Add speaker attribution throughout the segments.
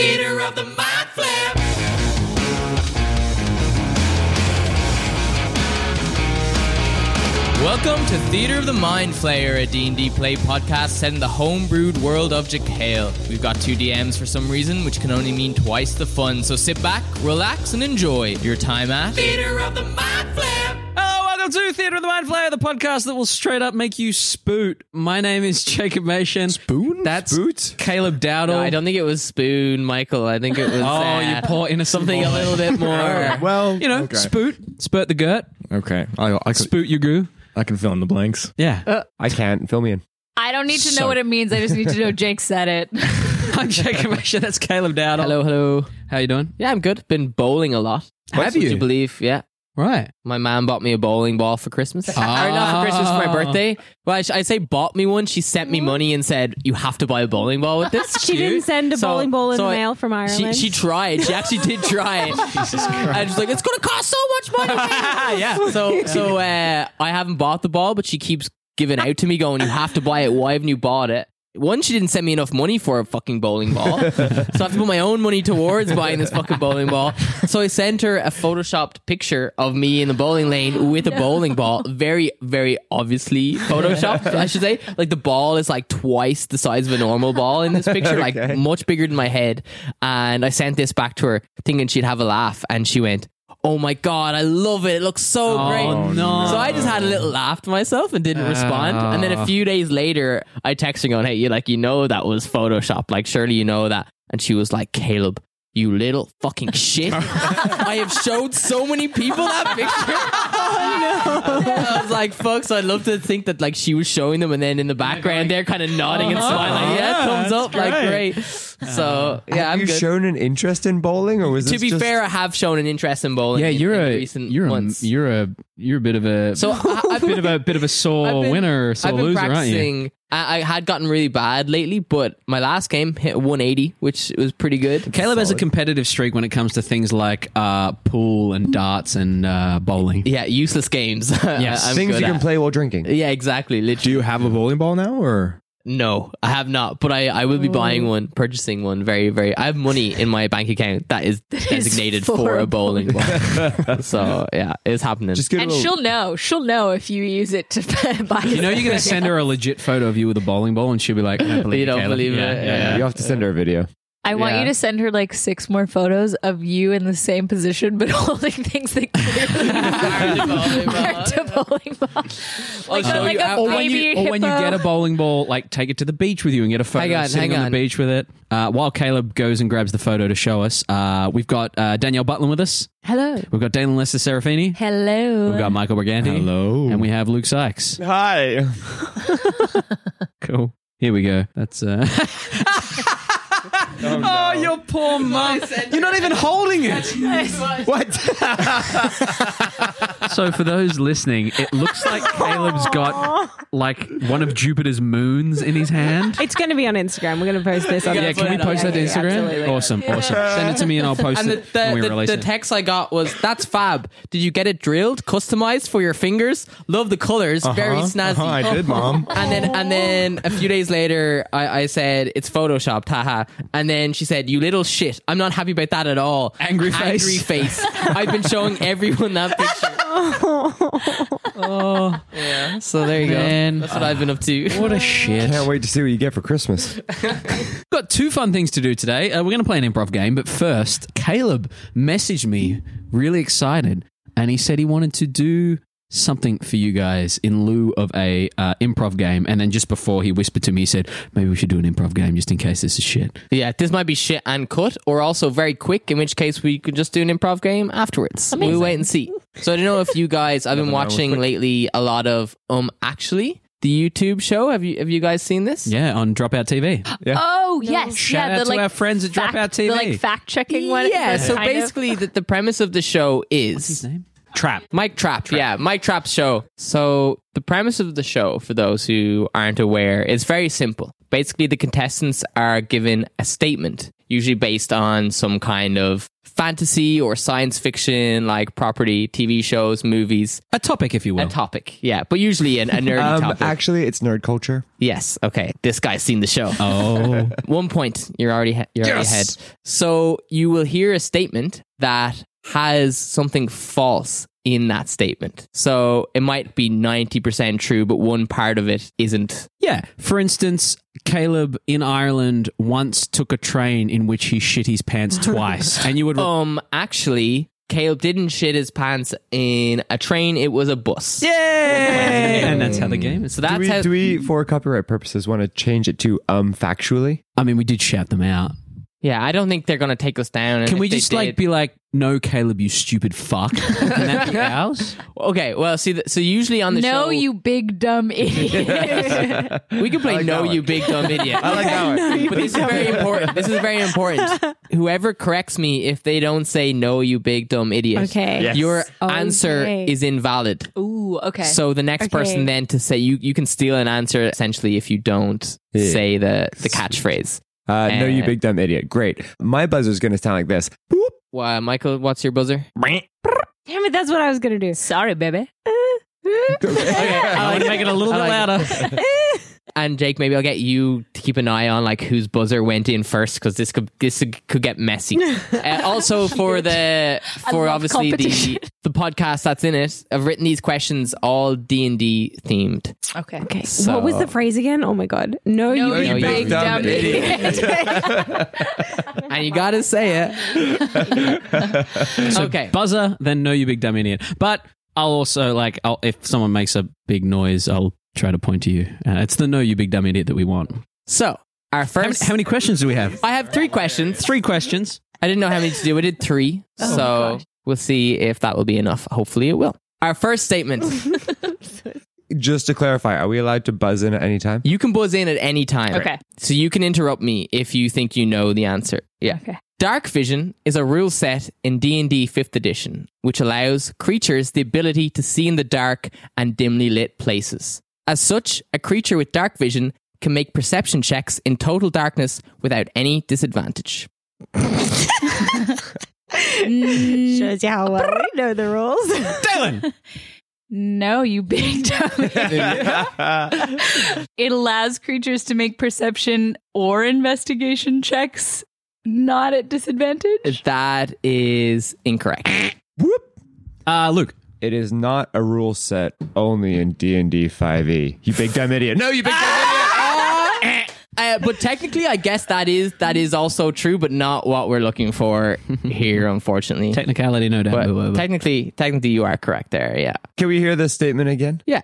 Speaker 1: of the mind flip.
Speaker 2: Welcome to Theatre of the Mind Flayer, a D&D play podcast set in the homebrewed world of Jekyll. We've got two DMs for some reason, which can only mean twice the fun. So sit back, relax, and enjoy your time at...
Speaker 3: Oh,
Speaker 1: Theater of the mind flip.
Speaker 3: Hello, welcome to Theatre of the Mind Flayer, the podcast that will straight up make you spoot. My name is Jacob Mason. Spoon? That's Caleb Dowdle.
Speaker 2: I don't think it was Spoon, Michael. I think it was...
Speaker 3: Oh,
Speaker 2: uh,
Speaker 3: you poor innocent
Speaker 2: Something a
Speaker 3: boy.
Speaker 2: little bit more...
Speaker 4: Well,
Speaker 3: You know,
Speaker 4: okay.
Speaker 3: spoot, spurt the girt,
Speaker 4: okay, I, I, can,
Speaker 3: spoot your goo. Uh,
Speaker 4: I can fill in the blanks.
Speaker 3: Yeah.
Speaker 4: I can't fill me in.
Speaker 5: I don't need to know
Speaker 3: So-
Speaker 5: what it means. I just need to know Jake said it.
Speaker 3: I'm Jacob Mason. That's Caleb Dowdle.
Speaker 2: Hello, hello.
Speaker 3: How you doing?
Speaker 2: Yeah, I'm good. Been bowling a lot.
Speaker 3: Have
Speaker 2: Would
Speaker 3: you?
Speaker 2: you believe? Yeah.
Speaker 3: Right.
Speaker 2: My mom bought me a bowling ball for Christmas. Ah. Or not for Christmas, for my birthday. Well, I, sh- I say bought me one. She sent me money and said, you have to buy a bowling ball with this.
Speaker 6: She didn't send a
Speaker 2: So-
Speaker 6: bowling ball in
Speaker 2: so
Speaker 6: the
Speaker 2: I-
Speaker 6: mail from
Speaker 2: She,
Speaker 6: Ireland.
Speaker 2: she tried. She actually did try. Jesus Christ. And she's like, it's going to cost so much money. yeah. So so uh, I haven't bought the ball, but she keeps giving out to me, going, you have to buy it. Why haven't you bought it? One, she didn't send me enough money for a fucking bowling ball. so I have to put my own money towards buying this fucking bowling ball. So I sent her a photoshopped picture of me in the bowling lane with a bowling ball. Very, very obviously photoshopped, I should say. Like the ball is like twice the size of a normal ball in this picture, like much bigger than my head. And I sent this back to her thinking she'd have a laugh. And she went, Oh my God, I love it. It looks so
Speaker 3: Oh,
Speaker 2: great.
Speaker 3: no.
Speaker 2: So I just had a little laugh to myself and didn't respond. And then a few days later, I texted her going, "Hey, you like you know that was Photoshop? Like surely you know that." And she was like, "Caleb, you little fucking shit! I have showed so many people that picture." oh, no. I was like, "Fuck!" So I'd love to think that like she was showing them, and then in the background they're kind of nodding and smiling. Like, yeah,
Speaker 3: Yeah,
Speaker 2: thumbs
Speaker 3: that's
Speaker 2: up, like
Speaker 3: great.
Speaker 2: great. So yeah, I'm
Speaker 7: you
Speaker 2: good.
Speaker 7: shown an interest in bowling, or was
Speaker 2: to
Speaker 7: this
Speaker 2: be
Speaker 7: just-
Speaker 2: fair, I have shown an interest in bowling.
Speaker 8: Yeah,
Speaker 2: in-
Speaker 8: you're
Speaker 2: in
Speaker 8: a
Speaker 2: recent
Speaker 8: you're a
Speaker 2: months.
Speaker 8: you're a you're a bit of a
Speaker 2: so I, I've
Speaker 8: bit of a bit of a
Speaker 2: I've
Speaker 8: sore
Speaker 2: been-
Speaker 8: winner, sore
Speaker 2: I've been
Speaker 8: loser, aren't you?
Speaker 2: practicing. I, I had gotten really bad lately, but my last game hit 180, which was pretty good.
Speaker 3: Caleb has a competitive streak when it comes to things like uh, pool and darts and uh, bowling.
Speaker 2: Yeah, useless games.
Speaker 3: Yes.
Speaker 2: I'm
Speaker 7: things
Speaker 2: good
Speaker 7: you can
Speaker 2: at.
Speaker 7: play while drinking?
Speaker 2: Yeah, exactly.
Speaker 4: Do
Speaker 2: Literally.
Speaker 4: you have a bowling ball now, or
Speaker 2: No, I have not, but I, I will be buying one, purchasing one very, very. I have money in my bank account that is designated for, a bowling ball. so, yeah, it's happening.
Speaker 7: Just get a
Speaker 5: and
Speaker 7: little-
Speaker 5: she'll know. She'll know if you use it to buy.
Speaker 8: You know, you're going to send her a legit photo of you with a bowling ball, and she'll be like, I don't believe
Speaker 2: You
Speaker 8: it,
Speaker 2: don't
Speaker 8: Caleb."
Speaker 2: believe
Speaker 8: Yeah,
Speaker 2: it,
Speaker 8: yeah,
Speaker 2: yeah.
Speaker 7: You have to send her a video.
Speaker 5: I want
Speaker 2: Yeah.
Speaker 5: you to send her like six more photos of you in the same position, but holding things that clearly are
Speaker 2: I'll
Speaker 5: to bowling ball. Like,
Speaker 2: show
Speaker 5: a, like
Speaker 2: you
Speaker 5: a
Speaker 2: how-
Speaker 5: baby
Speaker 8: Or when, you, or when you
Speaker 5: hippo.
Speaker 8: get a bowling ball, like take it to the beach with you and get a photo
Speaker 2: Hang on,
Speaker 8: sitting
Speaker 2: hang
Speaker 8: on,
Speaker 2: on.
Speaker 8: the beach with it. Uh, while Caleb goes and grabs the photo to show us, uh, we've got uh, Danielle Butlin with us.
Speaker 5: hello,
Speaker 8: We've got Dalen Lester Serafini.
Speaker 5: hello.
Speaker 8: We've got Michael Briganti.
Speaker 4: hello?
Speaker 8: And we have Luke Sykes.
Speaker 4: Hi.
Speaker 8: Cool. Here we go. That's uh,
Speaker 3: Oh, your poor mum. You're not even holding it.
Speaker 8: So for those listening, it looks like Caleb's got like one of Jupiter's moons in his hand.
Speaker 6: it's going to be on Instagram. We're going to post this on
Speaker 2: Yeah,
Speaker 8: Yeah,
Speaker 2: put
Speaker 8: can we
Speaker 2: it up.
Speaker 8: post that to
Speaker 2: Yeah, yeah,
Speaker 8: Instagram?
Speaker 2: absolutely.
Speaker 8: Awesome, awesome. Send it to me and I'll post
Speaker 2: And the,
Speaker 8: it when we
Speaker 2: the, the,
Speaker 8: release
Speaker 2: the
Speaker 8: it.
Speaker 2: text I got was, "That's fab. Did you get it drilled, customized for your fingers? Love the colors. Very snazzy.
Speaker 4: Uh-huh, I did, mom.
Speaker 2: And then and then a few days later, I, I said it's photoshopped, haha. And then she said, "You little shit. I'm not happy about that at all.
Speaker 8: Angry face.
Speaker 2: Angry face. I've been showing everyone that picture.
Speaker 8: oh,
Speaker 2: Yeah. So there you
Speaker 8: man.
Speaker 2: go. That's what I've been up to.
Speaker 8: What a shit.
Speaker 7: Can't wait to see what you get for Christmas.
Speaker 8: We've got two fun things to do today. Uh, we're going to play an improv game, but first, Caleb messaged me really excited, and he said he wanted to do something for you guys in lieu of a uh, improv game. And then just before he whispered to me, he said, "Maybe we should do an improv game just in case this is shit."
Speaker 2: Yeah, this might be shit and cut, or also very quick, in which case we could just do an improv game afterwards. We wait and see. So I don't know if you guys. I've been watching lately a lot of um actually the YouTube show. Have you have you guys seen this?
Speaker 8: Yeah, on Dropout TV.
Speaker 5: Oh yes,
Speaker 8: Shout
Speaker 5: yeah.
Speaker 8: out
Speaker 5: the,
Speaker 8: to
Speaker 5: like,
Speaker 8: our friends at
Speaker 5: fact-
Speaker 8: Dropout
Speaker 5: The
Speaker 8: TV.
Speaker 5: like fact checking one.
Speaker 2: Yeah.
Speaker 5: the
Speaker 2: So
Speaker 5: kind of-
Speaker 2: basically, the, the premise of the show is
Speaker 8: name? Trap.
Speaker 2: Mike Trap, yeah, Mike Trap's show. So the premise of the show, for those who aren't aware, is very simple. Basically, the contestants are given a statement, usually based on some kind of fantasy or science fiction like property, TV shows, movies,
Speaker 3: A topic, if you will.
Speaker 2: a topic. Yeah, but usually an, a nerdy
Speaker 7: Um,
Speaker 2: topic.
Speaker 7: actually, it's nerd culture.
Speaker 2: yes. Okay. This guy's seen the show.
Speaker 3: oh.
Speaker 2: One point. You're already he- you're already ahead. So you will hear a statement that has something false in that statement. So it might be 90% true but one part of it isn't.
Speaker 3: Yeah. For instance, Caleb in Ireland once took a train in which he shit his pants twice. And you would.
Speaker 2: Um actually Caleb didn't shit his pants in a train, it was a bus.
Speaker 3: Yay! And that's how the game is.
Speaker 2: So that's
Speaker 7: do we,
Speaker 2: how
Speaker 7: do we, for copyright purposes, want to change it to um factually?
Speaker 3: I mean, we did shout them out.
Speaker 2: Yeah, I don't think they're going to take us down. and
Speaker 3: Can
Speaker 2: if
Speaker 3: we
Speaker 2: they
Speaker 3: just like
Speaker 2: did-
Speaker 3: be like, no, Caleb, you stupid fuck? Can that be ours?
Speaker 2: Okay, well, see, th- so usually on the show,
Speaker 5: no, you big dumb idiot.
Speaker 2: we can play "No, you big dumb idiot." I like that one. But this is very important. This is very important. Whoever corrects me if they don't say "No, you big dumb idiot,"
Speaker 5: Okay. Yes.
Speaker 2: your
Speaker 5: Okay.
Speaker 2: answer is invalid.
Speaker 5: Ooh, okay.
Speaker 2: So the next person
Speaker 5: Okay.
Speaker 2: then to say you you can steal an answer essentially if you don't
Speaker 7: Yeah.
Speaker 2: say the the catchphrase.
Speaker 7: Uh, no, you
Speaker 2: Uh,
Speaker 7: big dumb idiot. Great. My buzzer's going to sound like this. Boop.
Speaker 2: Well, Michael, what's your buzzer?
Speaker 6: Damn it, that's what I was gonna do.
Speaker 5: sorry, baby.
Speaker 3: I want to make it a little bit
Speaker 2: Oh. I
Speaker 3: louder.
Speaker 2: and Jake, maybe I'll get you to keep an eye on like whose buzzer went in first because this could this could get messy. uh, also for the for
Speaker 5: love
Speaker 2: obviously the
Speaker 5: competition.
Speaker 2: the podcast that's in it, I've written these questions all D and D themed.
Speaker 5: Okay.
Speaker 6: Okay.
Speaker 2: So-
Speaker 6: What was the phrase again? Oh my god. No, you
Speaker 5: No,
Speaker 2: you
Speaker 5: you
Speaker 2: big
Speaker 5: big
Speaker 2: dumb
Speaker 5: dumb
Speaker 7: idiot.
Speaker 5: idiot.
Speaker 2: and you gotta say it. okay,
Speaker 3: Buzzer, then no, you big dumb idiot. But I'll also like, I'll, if someone makes a big noise, I'll try to point to you. Uh, it's the no, you big dumb idiot that we want.
Speaker 2: so our
Speaker 3: How many,
Speaker 2: first.
Speaker 3: how many questions do we have?
Speaker 2: I have three questions.
Speaker 3: Three questions.
Speaker 2: I didn't know how many to do. I did three. so
Speaker 5: Oh, gosh.
Speaker 2: we'll see if that will be enough. Hopefully, it will. Our first statement.
Speaker 7: Just to clarify, are we allowed to buzz in at any time?
Speaker 2: You can buzz in at any time.
Speaker 5: Okay.
Speaker 2: So you can interrupt me if you think you know the answer. Yeah.
Speaker 5: Okay.
Speaker 2: Dark vision is a rule set in D&D 5th edition which allows creatures the ability to see in the dark and dimly lit places. As such, a creature with dark vision can make perception checks in total darkness without any disadvantage.
Speaker 6: Shows you how well we know the rules.
Speaker 3: Dylan!
Speaker 5: No, you big dumb idiot. it allows creatures to make perception or investigation checks not at disadvantage.
Speaker 2: That is incorrect.
Speaker 3: Uh, Luke.
Speaker 7: It is not a rule set only in D&D 5e. E. You big dumb idiot. No, you big
Speaker 4: Ah!
Speaker 7: dumb idiot.
Speaker 2: Uh, but technically, I guess that is that is also true, but not what we're looking for here, unfortunately.
Speaker 3: Technicality, no doubt.
Speaker 2: but
Speaker 3: but- but- but-
Speaker 2: technically, technically, you are correct there. Yeah.
Speaker 7: Can we hear this statement again?
Speaker 2: Yeah.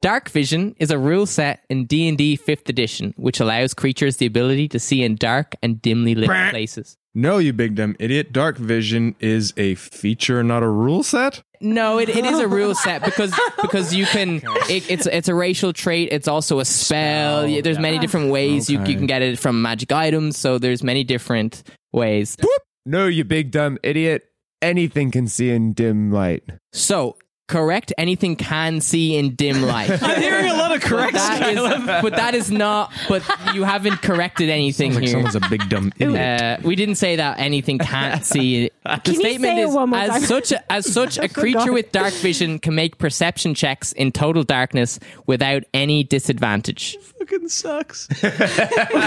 Speaker 2: Dark vision is a rule set in D&D 5th edition which allows creatures the ability to see in dark and dimly lit places.
Speaker 4: No, you big dumb idiot. Dark vision is a feature, not a rule set.
Speaker 2: No, it, it is a rule set because because you can it, it's it's a racial trait, it's also a spell. Yeah, there's many different ways you, you can get it from magic items, so there's many different ways.
Speaker 7: No, you big dumb idiot. Anything can see in dim light.
Speaker 2: So, correct anything can see in dim light.
Speaker 3: I'm hearing a lot of corrects,
Speaker 2: That is-
Speaker 3: Caleb.
Speaker 2: but that is not. But you haven't corrected anything
Speaker 4: Like
Speaker 2: here.
Speaker 4: someone's a big dumb idiot.
Speaker 2: Uh, we didn't say that anything can't see. it. The
Speaker 6: you
Speaker 2: statement
Speaker 6: say it
Speaker 2: is
Speaker 6: one more
Speaker 2: as
Speaker 6: time?
Speaker 2: such a, as such a creature with dark vision can make perception checks in total darkness without any disadvantage.
Speaker 3: fucking sucks.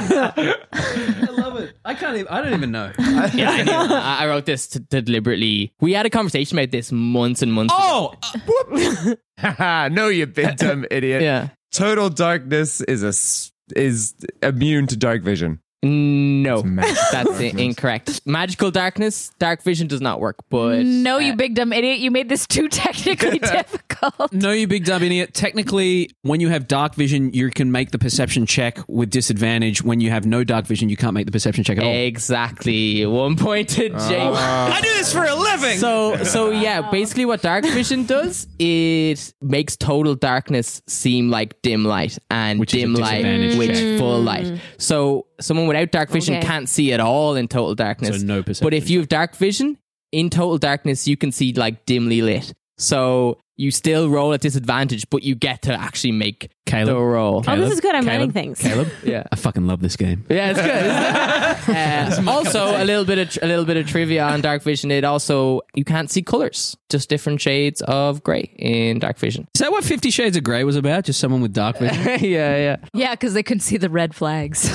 Speaker 3: I love it. I can't even, I don't even know.
Speaker 2: Yeah, I, knew that. I I wrote this to, to deliberately. We had a conversation about this months and months. ago.
Speaker 3: Oh,
Speaker 7: Haha, no, you big dumb idiot.
Speaker 2: yeah.
Speaker 7: Total darkness is a s- is immune to dark vision.
Speaker 2: No,
Speaker 4: magical
Speaker 2: that's i- incorrect. Magical darkness, dark vision does not work. But
Speaker 5: No,
Speaker 2: uh,
Speaker 5: you big dumb idiot. You made this too technically difficult.
Speaker 3: no, you big dumb idiot. Technically, when you have dark vision, you can make the perception check with disadvantage. When you have no dark vision, you can't make the perception check at all.
Speaker 2: Exactly. One point to Jake.
Speaker 3: I do this for a living.
Speaker 2: so so yeah, basically what dark vision does it makes total darkness seem like dim light and
Speaker 3: Which is a
Speaker 2: dim light
Speaker 3: disadvantage
Speaker 2: which
Speaker 3: check.
Speaker 2: full light. So someone without dark vision
Speaker 5: Okay.
Speaker 2: can't see at all in total darkness.
Speaker 3: So no
Speaker 2: But
Speaker 3: perception
Speaker 2: if you have dark vision in total darkness you can see like dimly lit. So you still roll at disadvantage, but you get to actually make
Speaker 3: Caleb.
Speaker 2: the roll.
Speaker 6: Oh, this
Speaker 3: Caleb?
Speaker 6: is good. I'm learning
Speaker 3: Caleb?
Speaker 6: things.
Speaker 3: Caleb,
Speaker 2: Yeah.
Speaker 3: I fucking love this game.
Speaker 2: Yeah, it's good. isn't it? Uh, also, a little bit of tr- a little bit of trivia on dark vision. It also you can't see colors, just different shades of gray in dark vision.
Speaker 3: Is that what Fifty Shades of Grey was about? Just someone with dark vision.
Speaker 2: yeah, yeah.
Speaker 5: Yeah, because they couldn't see the red flags.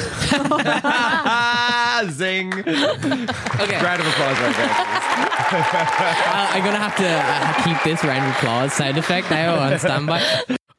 Speaker 7: Ah, zing.
Speaker 2: Okay,
Speaker 7: Round of applause right there.
Speaker 2: Uh, I'm gonna have to uh, keep this round of applause sound effect now on standby.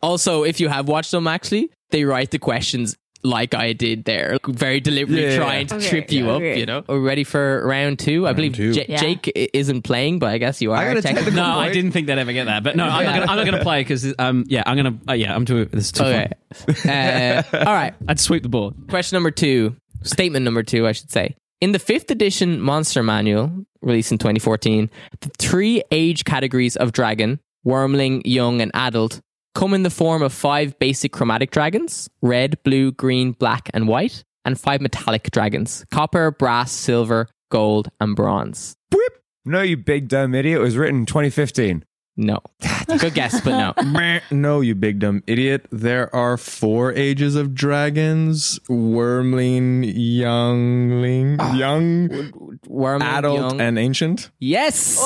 Speaker 2: Also, if you have watched them, actually, they write the questions like I did there, very deliberately
Speaker 7: Yeah.
Speaker 2: trying to
Speaker 6: Okay,
Speaker 2: trip you
Speaker 6: yeah,
Speaker 2: up.
Speaker 6: okay.
Speaker 2: You know, are we ready for round two? I believe
Speaker 4: two.
Speaker 2: J-
Speaker 6: Yeah.
Speaker 2: Jake i- isn't playing, but I guess you are.
Speaker 7: I got a
Speaker 2: technically.
Speaker 7: technical
Speaker 3: No,
Speaker 7: point.
Speaker 3: I didn't think they'd ever get that. But no, I'm not gonna, I'm not gonna play because um, yeah, I'm gonna uh, yeah, I'm too. This is too
Speaker 2: Okay.
Speaker 3: fun.
Speaker 2: Uh, all right.
Speaker 3: I'd sweep the board.
Speaker 2: Question number two, statement number two, I should say. In the fifth edition Monster Manual, released in 2014, the three age categories of dragon, wormling, young, and adult, come in the form of five basic chromatic dragons red, blue, green, black, and white, and five metallic dragons copper, brass, silver, gold, and bronze.
Speaker 7: No, you big dumb idiot. It was written in 2015.
Speaker 2: No. Good guess, but no.
Speaker 4: No, you big dumb idiot. There are four ages of dragons wormling, youngling,
Speaker 7: Ah.
Speaker 4: young,
Speaker 2: Wormling,
Speaker 4: adult,
Speaker 2: young.
Speaker 4: and ancient.
Speaker 2: Yes.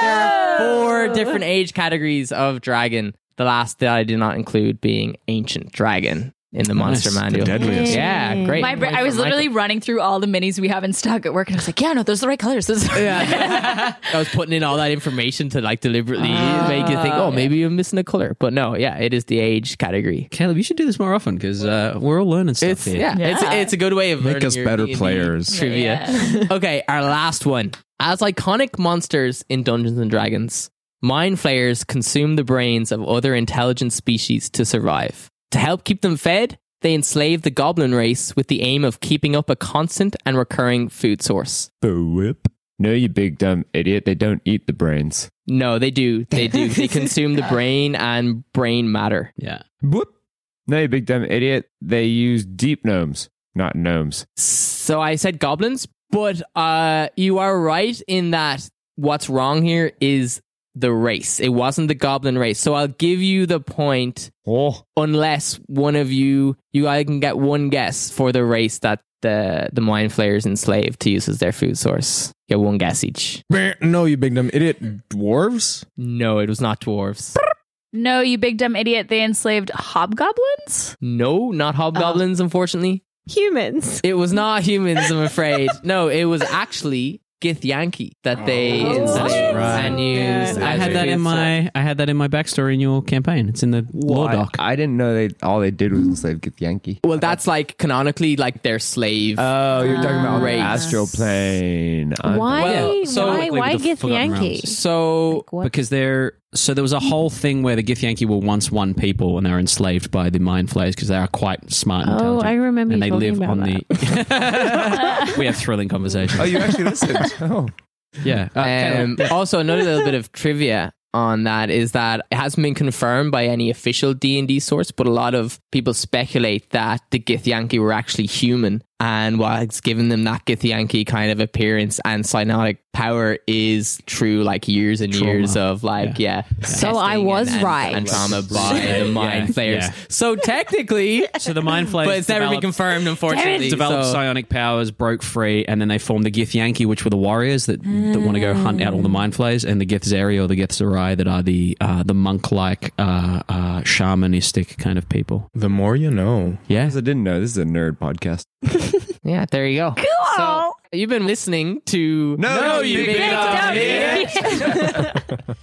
Speaker 2: There are four different age categories of dragon. The last that I did not include being ancient dragon in the monster
Speaker 3: Nice. The
Speaker 2: manual.
Speaker 4: deadliest.
Speaker 2: Yeah, great.
Speaker 5: My, bra-
Speaker 2: Point
Speaker 5: I
Speaker 2: for
Speaker 5: was literally
Speaker 2: Michael.
Speaker 5: running through all the minis we have in stock at work, and I was like, "Yeah, no, those are the right colors." Those are
Speaker 2: Yeah. I was putting in all that information to like deliberately
Speaker 5: Ah.
Speaker 2: make you think, oh, maybe you're missing a color. But no, yeah, it is the age category.
Speaker 3: Caleb, you should do this more often because uh, we're all learning stuff
Speaker 2: It's
Speaker 3: here.
Speaker 2: yeah,
Speaker 5: Yeah.
Speaker 2: It's, it's a good way of
Speaker 4: Make
Speaker 2: learning
Speaker 4: us
Speaker 2: your
Speaker 4: better
Speaker 2: D&D
Speaker 4: players.
Speaker 2: Trivia. okay, our last one. As iconic monsters in Dungeons and Dragons, mind flayers consume the brains of other intelligent species to survive. To help keep them fed, they enslave the goblin race with the aim of keeping up a constant and recurring food source.
Speaker 7: Whip. No, you big dumb idiot. They don't eat the brains.
Speaker 2: No, they do. They do. they consume the brain and brain matter.
Speaker 3: yeah.
Speaker 7: Whoop. No, you big dumb idiot. They use deep gnomes, not gnomes.
Speaker 2: So I said goblins, but uh, you are right in that what's wrong here is the race. It wasn't the goblin race. So I'll give you the point
Speaker 7: Oh,
Speaker 2: unless one of you you I can get one guess for the race that the the mind flayers enslaved to use as their food source. Get one guess each.
Speaker 4: No, you big dumb idiot. Dwarves?
Speaker 2: No, it was not dwarves.
Speaker 5: No, you big dumb idiot! They enslaved hobgoblins.
Speaker 2: No, not hobgoblins. Unfortunately,
Speaker 6: Humans.
Speaker 2: it was not humans. I'm afraid. No, it was actually Githyanki that they
Speaker 6: Oh,
Speaker 2: enslaved
Speaker 3: right.
Speaker 2: and used.
Speaker 3: I
Speaker 2: as
Speaker 3: had that
Speaker 2: food
Speaker 3: in
Speaker 2: source.
Speaker 3: my I had that in my backstory in your campaign. It's in the law
Speaker 7: I,
Speaker 3: doc.
Speaker 7: I didn't know they all they did was enslave Githyanki.
Speaker 2: Well, that's like canonically like their slave.
Speaker 7: Oh, you're talking about on the
Speaker 2: Race.
Speaker 7: astral plane. I'm-
Speaker 6: Why?
Speaker 2: Well, so-
Speaker 6: why? Why
Speaker 3: With the
Speaker 6: get the
Speaker 3: forgotten
Speaker 6: Yankee?
Speaker 3: realms.
Speaker 2: so
Speaker 6: What?
Speaker 3: because they're so there was a whole thing where the Githyanki were once one people and they were enslaved by the mind flayers because they are quite smart and
Speaker 6: Oh,
Speaker 3: intelligent.
Speaker 6: I remember.
Speaker 3: and they
Speaker 6: you talking
Speaker 3: live
Speaker 6: about
Speaker 3: on
Speaker 6: that.
Speaker 3: the we have thrilling conversations
Speaker 7: Oh, you actually listened. Oh,
Speaker 3: yeah Uh, Caleb.
Speaker 2: Um, also, another little bit of trivia on that is that it hasn't been confirmed by any official D and D source, but a lot of people speculate that the Githyanki were actually human, and what's given them that Githyanki kind of appearance and cyanotic power is through like years and
Speaker 3: Trauma.
Speaker 2: years of like yeah.
Speaker 6: So
Speaker 2: testing
Speaker 6: I was
Speaker 2: and, and-
Speaker 6: right.
Speaker 2: and trauma by the mind
Speaker 3: Yeah,
Speaker 2: players.
Speaker 3: yeah.
Speaker 2: So technically,
Speaker 3: so the mind flayers
Speaker 2: but it's never been
Speaker 3: developed-
Speaker 2: confirmed, unfortunately.
Speaker 3: developed
Speaker 2: so-
Speaker 3: psionic powers, broke free, and then they formed the Gith Yankee, which were the warriors that, that want to go hunt out all the mind flays, and the Gith Zeri or the Gith Zerai that are the uh, the monk like uh, uh, shamanistic kind of people.
Speaker 4: The more you know.
Speaker 3: Yeah,
Speaker 7: I didn't know. This is a nerd podcast.
Speaker 2: Yeah, there you go. Cool. So, you've been listening to
Speaker 7: No, you big
Speaker 2: dumb idiot.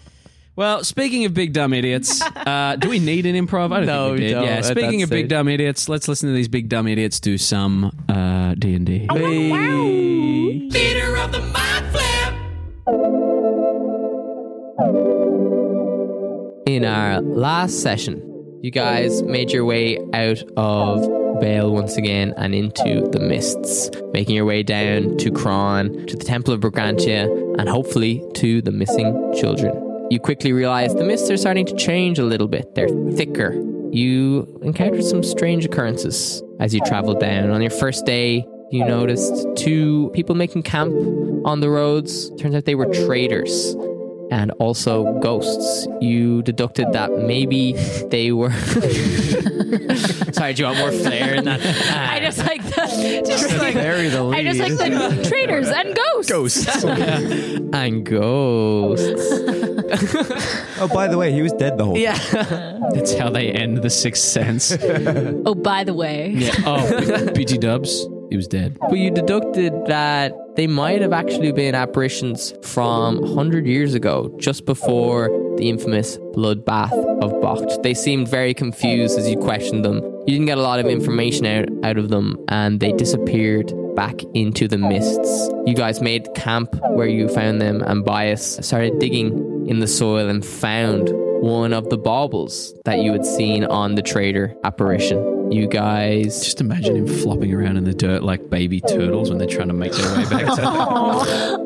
Speaker 3: Well, speaking of big dumb idiots, uh, do we need an improv? I don't
Speaker 2: No,
Speaker 3: think we
Speaker 2: we
Speaker 3: did.
Speaker 2: don't.
Speaker 3: Yeah,
Speaker 2: At
Speaker 3: speaking
Speaker 2: that
Speaker 3: of big
Speaker 2: stage.
Speaker 3: dumb idiots, let's listen to these big dumb idiots do some uh, D&D.
Speaker 1: Leader of the mind flip.
Speaker 2: In our last session, you guys made your way out of Bale once again and into the mists, making your way down to Kron, to the Temple of Brigantia, and hopefully to the missing children. You quickly realize the mists are starting to change a little bit. They're thicker. You encountered some strange occurrences as you traveled down. On your first day, you noticed two people making camp on the roads. Turns out they were traders and also ghosts. You deducted that maybe they were. Sorry, do you want more flair in that?
Speaker 5: I just like the just like
Speaker 8: Bury the
Speaker 5: I just like the traitors and ghosts.
Speaker 2: and ghosts.
Speaker 9: Oh, by the way, he was dead the whole
Speaker 2: Yeah.
Speaker 8: That's how they end the Sixth Sense.
Speaker 5: Oh, by the way,
Speaker 8: yeah. Oh, BT Dubs, he was dead.
Speaker 2: But you deducted that they might have actually been apparitions from 100 years ago, just before the infamous bloodbath of Bocht. They seemed very confused as you questioned them. You didn't get a lot of information out, out of them, and they disappeared back into the mists. You guys made camp where you found them, and Bias started digging in the soil and found one of the baubles that you had seen on the trader apparition. You guys
Speaker 8: Just imagine him flopping around in the dirt like baby turtles when they're trying to make their way back to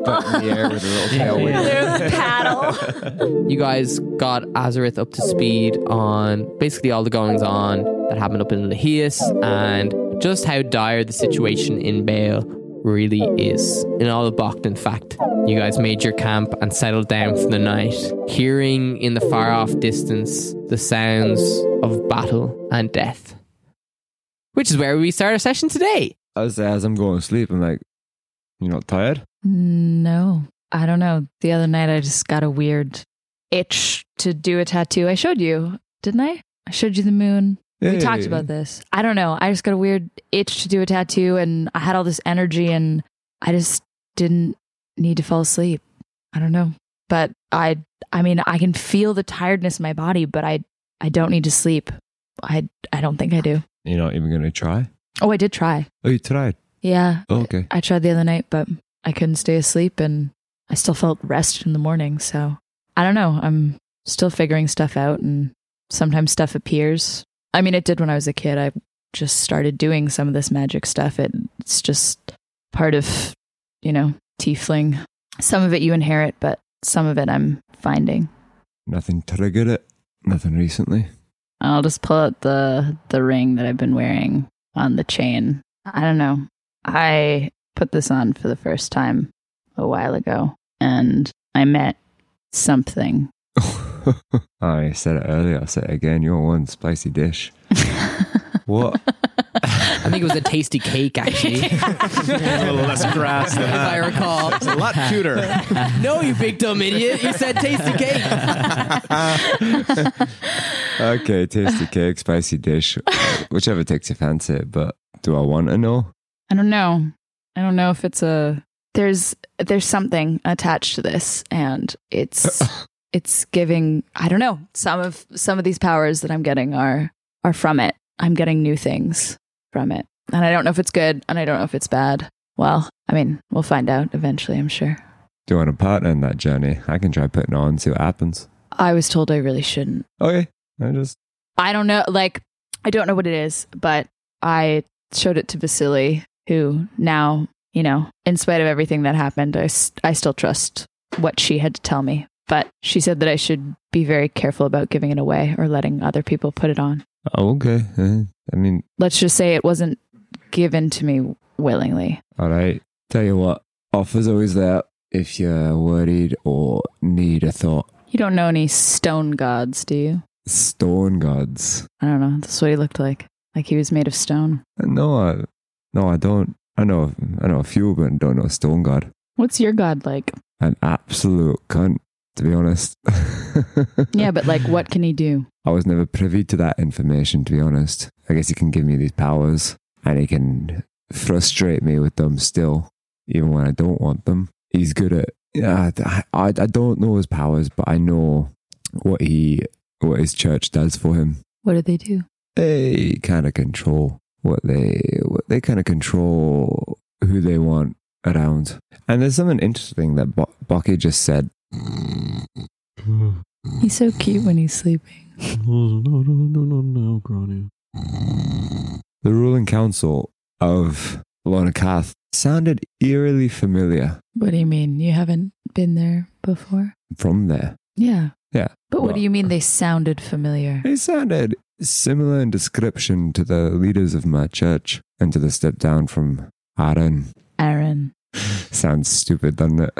Speaker 7: But in the air with a little tailwind.
Speaker 6: paddle.
Speaker 2: you guys got Azareth up to speed on basically all the goings on that happened up in Lahias and just how dire the situation in Bale really is. In all of Bocht, in fact, you guys made your camp and settled down for the night, hearing in the far off distance the sounds of battle and death. Which is where we start our session today.
Speaker 9: As, as I'm going to sleep, I'm like,
Speaker 7: You're not tired?
Speaker 5: No, I don't know. The other night I just got a weird itch to do a tattoo. I showed you, didn't I? I showed you the moon. We talked about this. I don't know. I just got a weird itch to do a tattoo and I had all this energy and I just didn't need to fall asleep. I don't know. But I I mean, I can feel the tiredness in my body, but I I don't need to sleep. I I don't think I do.
Speaker 7: You're not even going to try?
Speaker 5: Oh, I did try.
Speaker 7: Oh, you tried.
Speaker 5: Yeah.
Speaker 7: Oh, okay.
Speaker 5: I tried the other night, but I couldn't stay asleep and I still felt rest in the morning. So I don't know. I'm still figuring stuff out and sometimes stuff appears. I mean, it did when I was a kid. I just started doing some of this magic stuff. It, it's just part of, you know, tiefling. Some of it you inherit, but some of it I'm finding.
Speaker 7: Nothing triggered it. Nothing recently.
Speaker 5: I'll just pull out the the ring that I've been wearing on the chain. I don't know. I put this on for the first time a while ago and I met something.
Speaker 7: I said it earlier. I said it again. You're one spicy dish. What?
Speaker 2: I think it was a tasty cake, actually.
Speaker 4: a little less grass than
Speaker 2: if I
Speaker 4: that.
Speaker 2: recall.
Speaker 4: It's a lot cuter.
Speaker 2: No, you big dumb idiot. You said tasty cake.
Speaker 7: okay, tasty cake, spicy dish, whichever takes your fancy. But do I want to know?
Speaker 5: I don't know. I don't know if it's a there's there's something attached to this and it's it's giving I don't know. Some of some of these powers that I'm getting are are from it. I'm getting new things from it. And I don't know if it's good and I don't know if it's bad. Well, I mean, we'll find out eventually, I'm sure.
Speaker 7: Do you want a partner in that journey? I can try putting on, see what happens.
Speaker 5: I was told I really shouldn't
Speaker 7: Okay, I just
Speaker 5: I don't know. Like, I don't know what it is, but I showed it to Vasily, who now, you know, in spite of everything that happened, I, s- I still trust what she had to tell me. But she said that I should be very careful about giving it away or letting other people put it on.
Speaker 7: oh, okay. eh, I mean,
Speaker 5: Let's just say it wasn't given to me willingly.
Speaker 7: all right. Tell you what, offer's always there if you're worried or need a thought.
Speaker 5: You don't know any stone gods, do you?
Speaker 7: Stone gods.
Speaker 5: I don't know. That's what he looked like. Like he was made of stone.
Speaker 7: No, I, no, I don't. I know, I know a few, but I don't know a stone god.
Speaker 5: What's your god like?
Speaker 7: An absolute cunt, to be honest.
Speaker 5: Yeah, but like, what can he do?
Speaker 7: I was never privy to that information, to be honest. I guess he can give me these powers and he can frustrate me with them still, even when I don't want them. He's good at. Yeah, I, I, I don't know his powers, but I know what he what his church does for him.
Speaker 5: What do they do?
Speaker 7: They kind of control what they what they kind of control who they want around. And there's something interesting that Bo- Bucky just said.
Speaker 5: He's so cute when he's sleeping.
Speaker 3: No, no, no, no, no, Granny.
Speaker 7: The ruling council of Lonacath sounded eerily familiar
Speaker 5: What do you mean? You haven't been there before?
Speaker 7: from there.
Speaker 5: Yeah.
Speaker 7: Yeah.
Speaker 5: But what
Speaker 7: Well,
Speaker 5: do you mean they sounded familiar?
Speaker 7: They sounded similar in description to the leaders of my church and to the step down from Aaron.
Speaker 5: Aaron.
Speaker 7: Sounds stupid, doesn't it?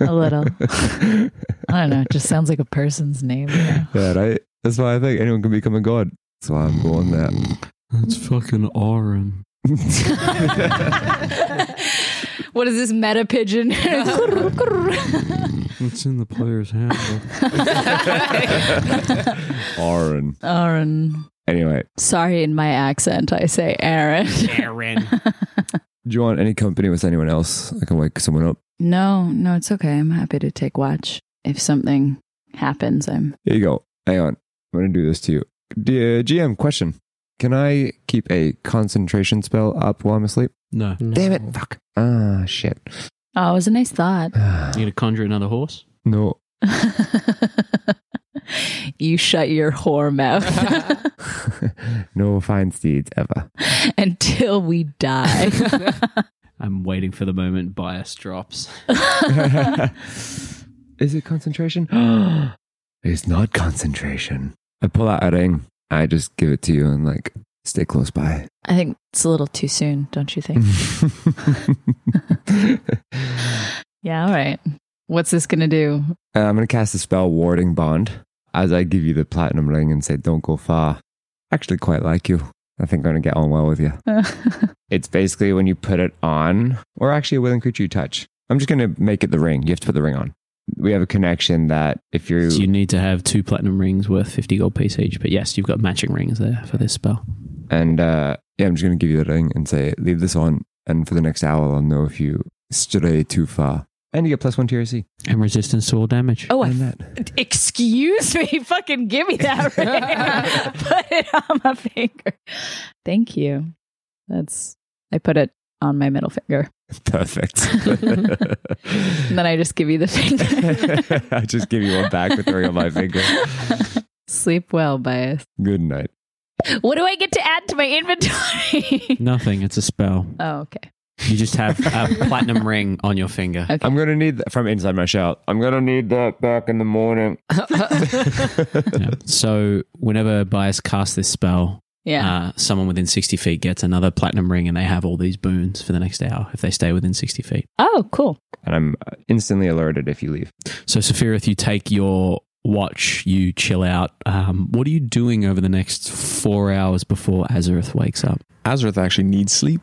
Speaker 5: A little. I don't know. It just sounds like a person's name. you know?
Speaker 7: yeah, right. That's why I think anyone can become a god. That's why I'm going there.
Speaker 3: That's fucking Oren.
Speaker 5: what is this meta pigeon?
Speaker 3: It's in the player's handbook.
Speaker 7: Aaron.
Speaker 5: Aaron.
Speaker 7: Anyway,
Speaker 5: Sorry, in my accent, I say Aaron.
Speaker 3: Aaron.
Speaker 7: do you want any company with anyone else? I can wake someone up.
Speaker 5: no, no, it's okay. I'm happy to take watch. If something happens, I'm.
Speaker 7: Here you go. Hang on. I'm going to do this to you. Dear GM, question. Can I keep a concentration spell up while I'm asleep?
Speaker 3: No.
Speaker 7: Damn it. Fuck. Ah, shit.
Speaker 5: Oh, it was a nice thought.
Speaker 3: You gonna conjure another horse?
Speaker 7: no.
Speaker 5: you shut your whore mouth
Speaker 7: no fine steeds ever.
Speaker 5: until we die.
Speaker 3: I'm waiting for the moment bias drops.
Speaker 7: Is it concentration? it's not concentration. I pull out a ring. I just give it to you and like stay close by.
Speaker 5: I think it's a little too soon, don't you think?
Speaker 7: Uh,
Speaker 5: yeah, all right. What's this going to do?
Speaker 7: Uh, I'm going to cast the spell Warding Bond as I give you the platinum ring and say, Don't go far. Actually, quite like you. I think I'm going to get on well with you. It's basically when you put it on, or actually a willing creature you touch. I'm just going to make it the ring. You have to put the ring on. We have a connection that if you're.
Speaker 3: So you need to have two platinum rings worth 50 gold piece each. But yes, you've got matching rings there for this spell.
Speaker 7: And uh, yeah, I'm just going to give you the ring and say, leave this on. And for the next hour, I'll know if you stray too far. And you get plus one to your AC.
Speaker 3: And resistance to all damage.
Speaker 5: oh, I
Speaker 7: And that.
Speaker 5: Excuse me, fucking give me that ring. put it on my finger. Thank you. That's I put it on my middle finger.
Speaker 7: Perfect.
Speaker 5: And then I just give you the finger.
Speaker 7: I just give you one back with the ring on my finger.
Speaker 5: Sleep well, bias.
Speaker 7: Good night.
Speaker 5: What do I get to add to my inventory?
Speaker 3: Nothing. It's a spell.
Speaker 5: oh, okay.
Speaker 3: You just have a platinum ring on your finger.
Speaker 5: Okay.
Speaker 7: I'm going to need that from inside my shell. I'm going to need that back in the morning.
Speaker 3: Yeah. So whenever bias casts this spell,
Speaker 5: yeah.
Speaker 3: uh, someone within 60 feet gets another platinum ring and they have all these boons for the next hour if they stay within 60 feet.
Speaker 5: oh, cool.
Speaker 7: And I'm uh, instantly alerted if you leave.
Speaker 3: So, Saphirith, you take your watch, you chill out. Um, what are you doing over the next four hours before Azareth wakes up?
Speaker 4: Azareth actually needs sleep.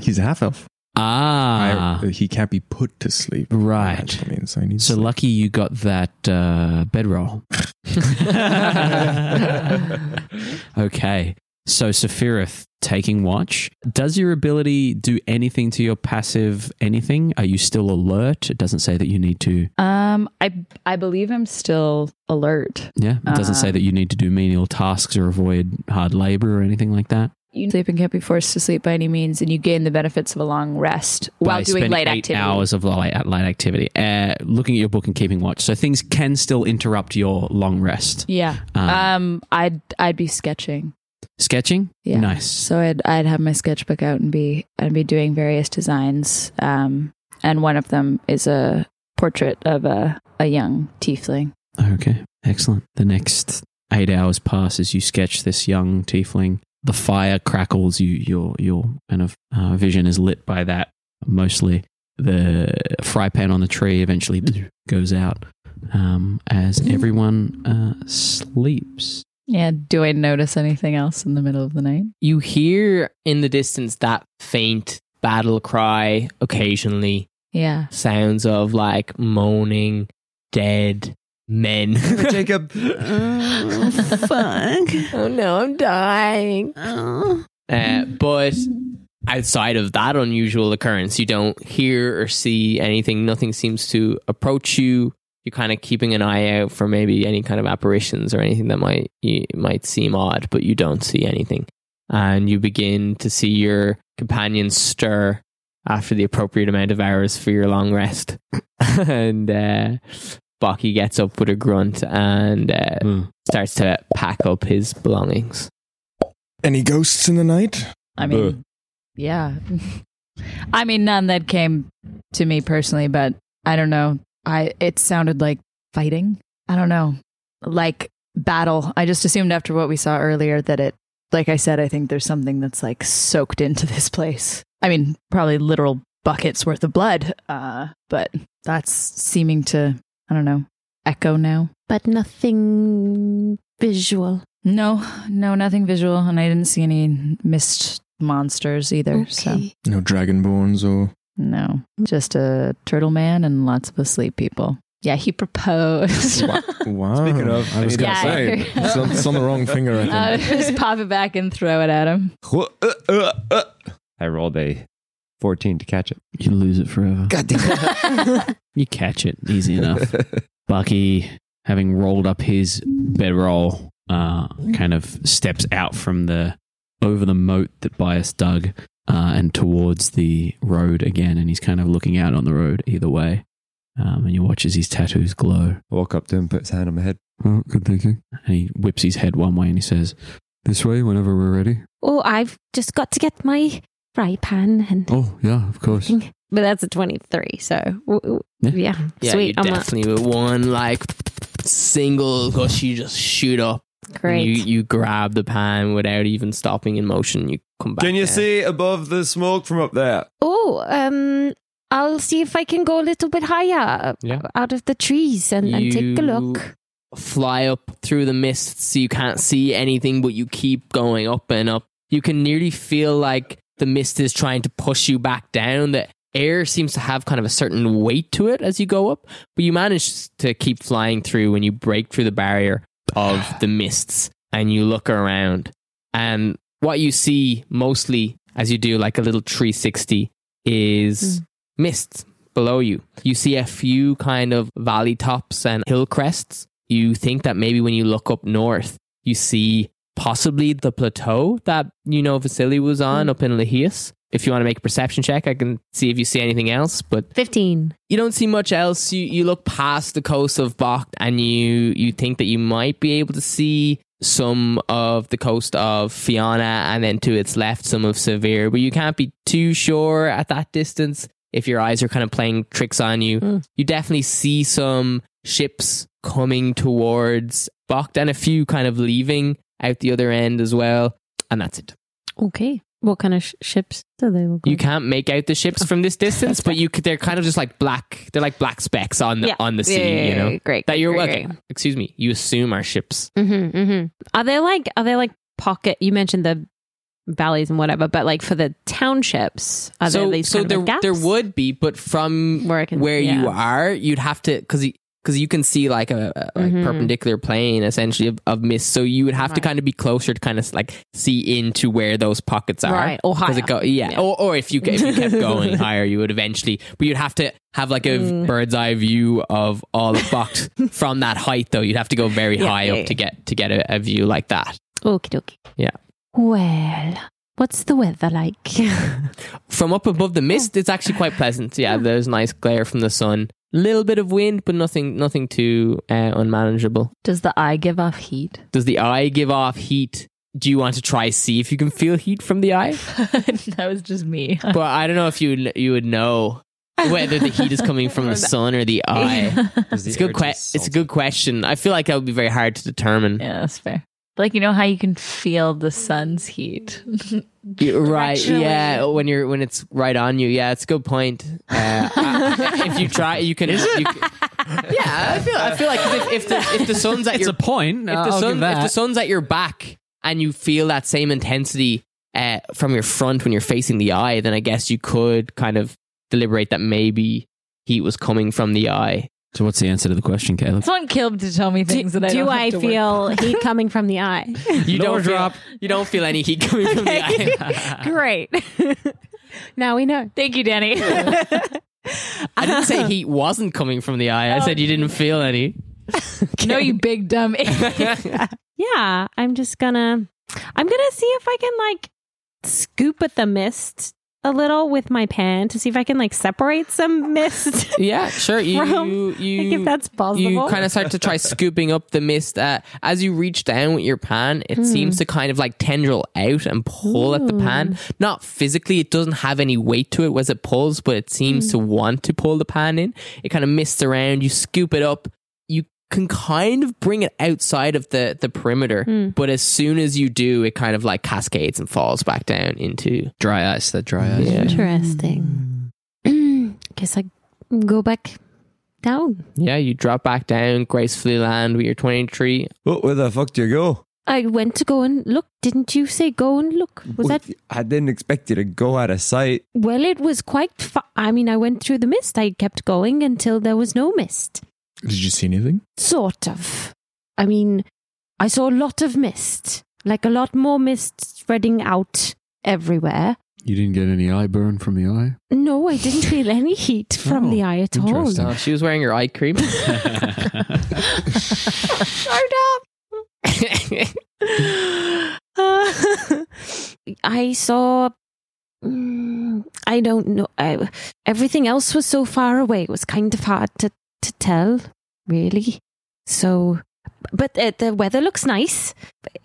Speaker 4: He's a half elf.
Speaker 3: Ah,
Speaker 4: I- uh, he can't be put to sleep. That's
Speaker 3: right.
Speaker 4: what I mean, so he needs
Speaker 3: So
Speaker 4: sleep.
Speaker 3: lucky you got that uh, bedroll. okay. So, Saphirith, taking watch. Does your ability do anything to your passive anything? Are you still alert? It doesn't say that you need to.
Speaker 5: Um, I I believe I'm still alert.
Speaker 3: Yeah. It doesn't say
Speaker 5: Um,
Speaker 3: that you need to do menial tasks or avoid hard labor or anything like that.
Speaker 5: You sleep and can't be forced to sleep by any means, and you gain the benefits of a long rest while
Speaker 3: by
Speaker 5: doing
Speaker 3: spending
Speaker 5: light
Speaker 3: eight
Speaker 5: activity.
Speaker 3: hours of light, at light activity, uh, looking at your book and keeping watch. So things can still interrupt your long rest.
Speaker 5: Yeah.
Speaker 3: Um,
Speaker 5: Um, I'd I'd be sketching.
Speaker 3: sketching,
Speaker 5: Yeah.
Speaker 3: nice.
Speaker 5: So I'd I'd have my sketchbook out and be and be doing various designs. Um, and one of them is a portrait of a a young tiefling.
Speaker 3: okay, excellent. The next eight hours pass as you sketch this young tiefling. The fire crackles. You, your, your kind of uh, vision is lit by that. Mostly, the fry pan on the tree eventually goes out um, as everyone uh, sleeps.
Speaker 5: Yeah. Do I notice anything else in the middle of the night?
Speaker 2: you hear in the distance that faint battle cry occasionally
Speaker 5: Yeah.
Speaker 2: sounds of like moaning dead men
Speaker 9: Jacob.
Speaker 6: Oh, fuck. Oh, no, I'm dying. Oh.
Speaker 2: uh, but outside of that unusual occurrence you don't hear or see anything nothing seems to approach you you're kind of keeping an eye out for maybe any kind of apparitions or anything that might you, might seem odd but you don't see anything and you begin to see your companions stir after the appropriate amount of hours for your long rest and uh Baki gets up with a grunt and uh, starts to pack up his belongings.
Speaker 4: Any ghosts in the night?
Speaker 5: I mean,
Speaker 4: Ugh.
Speaker 5: yeah. I mean, none that came to me personally, but I don't know. I it sounded like fighting. I don't know, like battle. I just assumed after what we saw earlier that it, like I said, I think there's something that's like soaked into this place. I mean, probably literal buckets worth of blood, uh, but That's seeming to, I don't know, echo now.
Speaker 6: but nothing visual.
Speaker 5: No, no, nothing visual. And I didn't see any mist monsters either. So,
Speaker 6: Okay.
Speaker 4: No dragonborns or
Speaker 5: no, just a turtle man and lots of asleep people. Yeah, he proposed.
Speaker 4: wow.
Speaker 9: Speaking of-
Speaker 4: Oh, I was gonna
Speaker 5: Yeah, I
Speaker 4: say
Speaker 5: agree.
Speaker 4: it's on, it's on the wrong finger. I think.
Speaker 5: Uh, just pop it back and throw it at him.
Speaker 9: I rolled a 14 to catch it.
Speaker 3: You lose it forever.
Speaker 9: God damn
Speaker 3: You catch it easy enough. Bucky, having rolled up his bedroll, uh, kind of steps out from the over the moat that Bias dug uh, and towards the road again, and he's kind of looking out on the road either way. Um, and you watch as his tattoos glow.
Speaker 9: Walk up to him, put his hand on my head.
Speaker 3: Oh, good thinking. And he whips his head one way and he says, "This way, whenever we're ready."
Speaker 6: Oh, I've just got to get my fry pan and.
Speaker 3: Oh yeah, of course.
Speaker 6: But that's a 23, so. w- w-
Speaker 3: Yeah.
Speaker 6: Yeah,
Speaker 2: Yeah,
Speaker 6: sweet.
Speaker 2: you
Speaker 6: I'm up.
Speaker 2: definitely with one like single gush, you just shoot up.
Speaker 6: Great.
Speaker 2: You you grab the pan without even stopping in motion. You come back.
Speaker 9: Can you
Speaker 2: down.
Speaker 9: see above the smoke from up there?
Speaker 6: Oh, um, I'll see if I can go a little bit higher
Speaker 3: Yeah.
Speaker 6: out of the trees and, and take a look.
Speaker 2: Fly up through the mists. so you can't see anything, but you keep going up and up. You can nearly feel like the mist is trying to push you back down. The air seems to have kind of a certain weight to it as you go up, but you manage to keep flying through and you break through the barrier of the mists and you look around. And what you see mostly as you do like a little 360 is mists below you. You see a few kind of valley tops and hill crests. You think that maybe when you look up north, you see possibly the plateau that you know Vasily was on up in Lahias. If you want to make a perception check, I can see if you see anything else, but
Speaker 6: 15.
Speaker 2: you don't see much else. You you look past the coast of Bok and you you think that you might be able to see some of the coast of Fiona and then to its left some of Severe, but you can't be too sure at that distance if your eyes are kind of playing tricks on you.
Speaker 6: Hmm.
Speaker 2: You definitely see some ships coming towards Bok and a few kind of leaving out the other end as well. And that's it.
Speaker 6: Okay. What kind of sh- ships do they look
Speaker 2: You can't make out the ships from this distance, but you could, they're kind of just like black. They're like black specks on the
Speaker 6: Yeah.
Speaker 2: on the sea, you know
Speaker 6: Great.
Speaker 2: that you're okay. Excuse me. You assume our ships.
Speaker 6: Mm-hmm, mm-hmm. Are they like, are they like pocket? You mentioned the valleys and whatever, but like for the townships, are
Speaker 2: so
Speaker 6: there these
Speaker 2: so
Speaker 6: kind
Speaker 2: there
Speaker 6: of gaps?
Speaker 2: there would be, but from
Speaker 6: Where I can-
Speaker 2: where
Speaker 6: yeah.
Speaker 2: you are, you'd have to because because you can see like a, a like
Speaker 6: Mhm.
Speaker 2: perpendicular plane essentially of, of mist. So you would have to
Speaker 6: Right.
Speaker 2: kind of be closer to kind of like see into where those pockets are.
Speaker 6: Right. Or higher.
Speaker 2: 'Cause it go, yeah.
Speaker 6: Yeah.
Speaker 2: Or, or if you if you kept going higher, you would eventually, but you'd have to have like a
Speaker 6: Mm.
Speaker 2: bird's eye view of all of Box from that height. Though you'd have to go very
Speaker 6: Yeah,
Speaker 2: high
Speaker 6: yeah,
Speaker 2: up
Speaker 6: yeah.
Speaker 2: to get to get a, a view like that.
Speaker 6: Okie dokie.
Speaker 2: Yeah.
Speaker 6: Well, what's the weather like?
Speaker 2: from up above the mist, it's actually quite pleasant. Yeah, there's nice glare from the sun. Little bit of wind, but nothing, nothing too uh, unmanageable.
Speaker 5: Does the eye give off heat?
Speaker 2: Does the eye give off heat? Do you want to try see if you can feel heat from the eye?
Speaker 5: that was just me.
Speaker 2: But I don't know if you you would know whether the heat is coming from the sun or the eye. It's a good que- It's a good question. I feel like that would be very hard to determine.
Speaker 5: Yeah, that's fair. Like you know how you can feel the sun's heat.
Speaker 2: You- Right?
Speaker 5: Directionally.
Speaker 2: Yeah, when you're when it's right on you. Yeah, it's a good point. Uh, if you try, you can. you can- yeah, I feel. I feel like if, if the if the sun's at
Speaker 3: It's
Speaker 2: your
Speaker 3: a point.
Speaker 2: if the
Speaker 3: I'll
Speaker 2: sun
Speaker 3: give that.
Speaker 2: if the sun's at your back and you feel that same intensity uh, from your front when you're facing the eye, then I guess you could kind of deliberate that maybe heat was coming from the eye.
Speaker 3: so, what's the answer to the question, Caleb?
Speaker 5: I want Kilb to tell me things that I
Speaker 6: do
Speaker 5: don't have
Speaker 6: I
Speaker 5: to work
Speaker 6: feel heat coming from the eye?
Speaker 2: You
Speaker 3: Lower
Speaker 2: don't feel,
Speaker 3: drop.
Speaker 2: You don't feel any heat coming from the eye.
Speaker 6: Great. now we know.
Speaker 5: Thank you, Danny.
Speaker 2: I didn't say heat wasn't coming from the eye. I said you didn't feel any.
Speaker 5: no, you big dumb.
Speaker 6: Yeah, I'm just gonna I'm gonna see if I can like scoop at the mist a little with my pan to see if I can like separate some mist.
Speaker 2: Yeah, sure. You
Speaker 6: From-
Speaker 2: you,
Speaker 6: like if that's possible.
Speaker 2: you kind of start to try scooping up the mist. Uh, as you reach down with your pan, it seems to kind of like tendril out and pull at the pan. Not physically, it doesn't have any weight to it as it pulls, but it seems to want to pull the pan in. It kind of mists around. You scoop it up. You can kind of bring it outside of the the perimeter, but as soon as you do, it kind of like cascades and falls back down into.
Speaker 3: Dry ice. That dry ice.
Speaker 2: Yeah.
Speaker 6: Interesting. Guess I go back down.
Speaker 2: Yeah, you drop back down, gracefully land with your 23.
Speaker 7: Oh, where the fuck do you go?
Speaker 6: I went to go and look. Didn't you say go and look? Was that
Speaker 7: I didn't expect you to go out of sight.
Speaker 6: well? It was quite. Fa- I mean, I went through the mist. I kept going until there was no mist.
Speaker 4: Did you see anything?
Speaker 6: Sort of. I mean, I saw a lot of mist, like a lot more mist spreading out everywhere.
Speaker 3: You didn't get any eye burn from the eye?
Speaker 6: No, I didn't feel any heat from
Speaker 3: Oh,
Speaker 6: the eye at all.
Speaker 3: interesting.
Speaker 6: Shut
Speaker 2: Oh, she was wearing her eye cream.
Speaker 6: up. Uh, I saw. mm, I don't know. I, everything else was so far away. It was kind of hard to, to tell, really. So, but uh, the weather looks nice.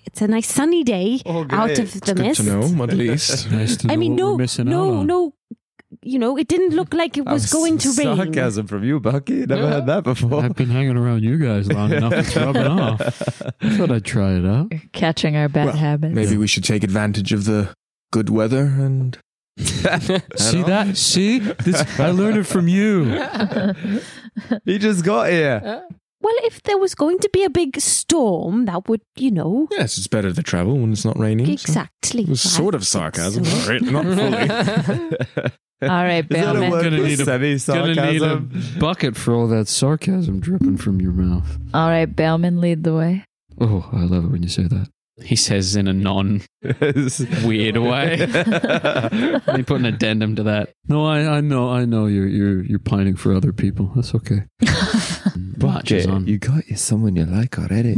Speaker 6: It's a nice sunny day
Speaker 9: Oh,
Speaker 6: out of the
Speaker 4: Good
Speaker 6: mist.
Speaker 4: to know, at least.
Speaker 3: Nice to
Speaker 6: I
Speaker 3: know
Speaker 6: mean,
Speaker 3: what
Speaker 6: no,
Speaker 3: we're missing out
Speaker 6: no,
Speaker 3: on.
Speaker 6: no. You know, it didn't look like it was going to rain.
Speaker 7: Sarcasm from you, Bucky. Never had that before.
Speaker 3: I've been hanging around you guys long enough. It's rubbing off. I thought I'd try it out.
Speaker 5: You're catching our bad
Speaker 4: Well,
Speaker 5: habits.
Speaker 4: Maybe we should take advantage of the good weather and
Speaker 3: See that? See? This, I learned it from you.
Speaker 7: he just got here.
Speaker 6: Well, if there was going to be a big storm, that would, you know,
Speaker 4: yes, it's better to travel when it's not raining. so-
Speaker 6: exactly.
Speaker 4: It was sort of sarcasm, not, re- not fully.
Speaker 5: All right, Bailman.
Speaker 3: word? Gonna need a-
Speaker 7: semi
Speaker 3: Gonna need a
Speaker 7: sarcasm.
Speaker 3: bucket for all that sarcasm dripping from your mouth.
Speaker 5: All right, Bailman, lead the way.
Speaker 3: Oh, I love it when you say that. He says in a non weird way. Let me put an addendum to that. No, I, I know, I know you're you're you're pining for other people. That's okay. Botches on.
Speaker 7: You got you someone you like already.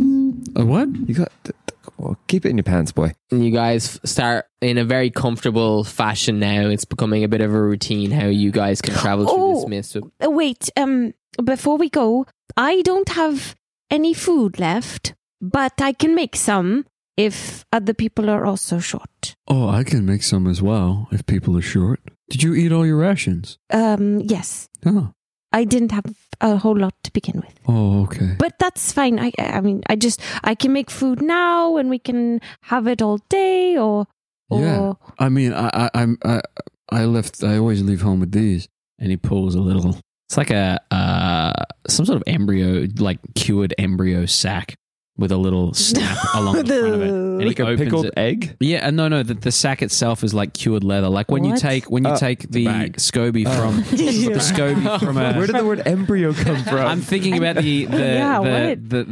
Speaker 3: Uh, what?
Speaker 7: You got. th- th- well, keep it in your pants, boy.
Speaker 2: And you guys start in a very comfortable fashion now. It's becoming a bit of a routine how you guys can travel through
Speaker 6: Oh.
Speaker 2: this mist. with-
Speaker 6: Uh, Wait, um, before we go, I don't have any food left, but I can make some if other people are also short.
Speaker 3: Oh, I can make some as well if people are short. Did you eat all your rations?
Speaker 6: Um, yes,
Speaker 3: Oh,
Speaker 6: I didn't have a whole lot to begin with,
Speaker 3: oh, okay.
Speaker 6: but that's fine. I, I I mean, I just I can make food now, and we can have it all day, or or
Speaker 3: Yeah. I mean, I, I, I'm, I, I left. I always leave home with these. And he pulls a little. It's like a uh, some sort of embryo, like cured embryo sack with a little snap along the front of it. And
Speaker 7: Like
Speaker 3: he
Speaker 7: a
Speaker 3: opens
Speaker 7: pickled
Speaker 3: it.
Speaker 7: egg.
Speaker 3: Yeah, and no, no. The, the sack itself is like cured leather. Like when you
Speaker 6: What?
Speaker 3: take when you
Speaker 7: Uh,
Speaker 3: take the
Speaker 4: bag.
Speaker 3: scoby from the scoby from a.
Speaker 7: Where did the word embryo come from?
Speaker 3: I'm thinking about the the
Speaker 6: Yeah,
Speaker 3: the,
Speaker 6: what?
Speaker 3: the,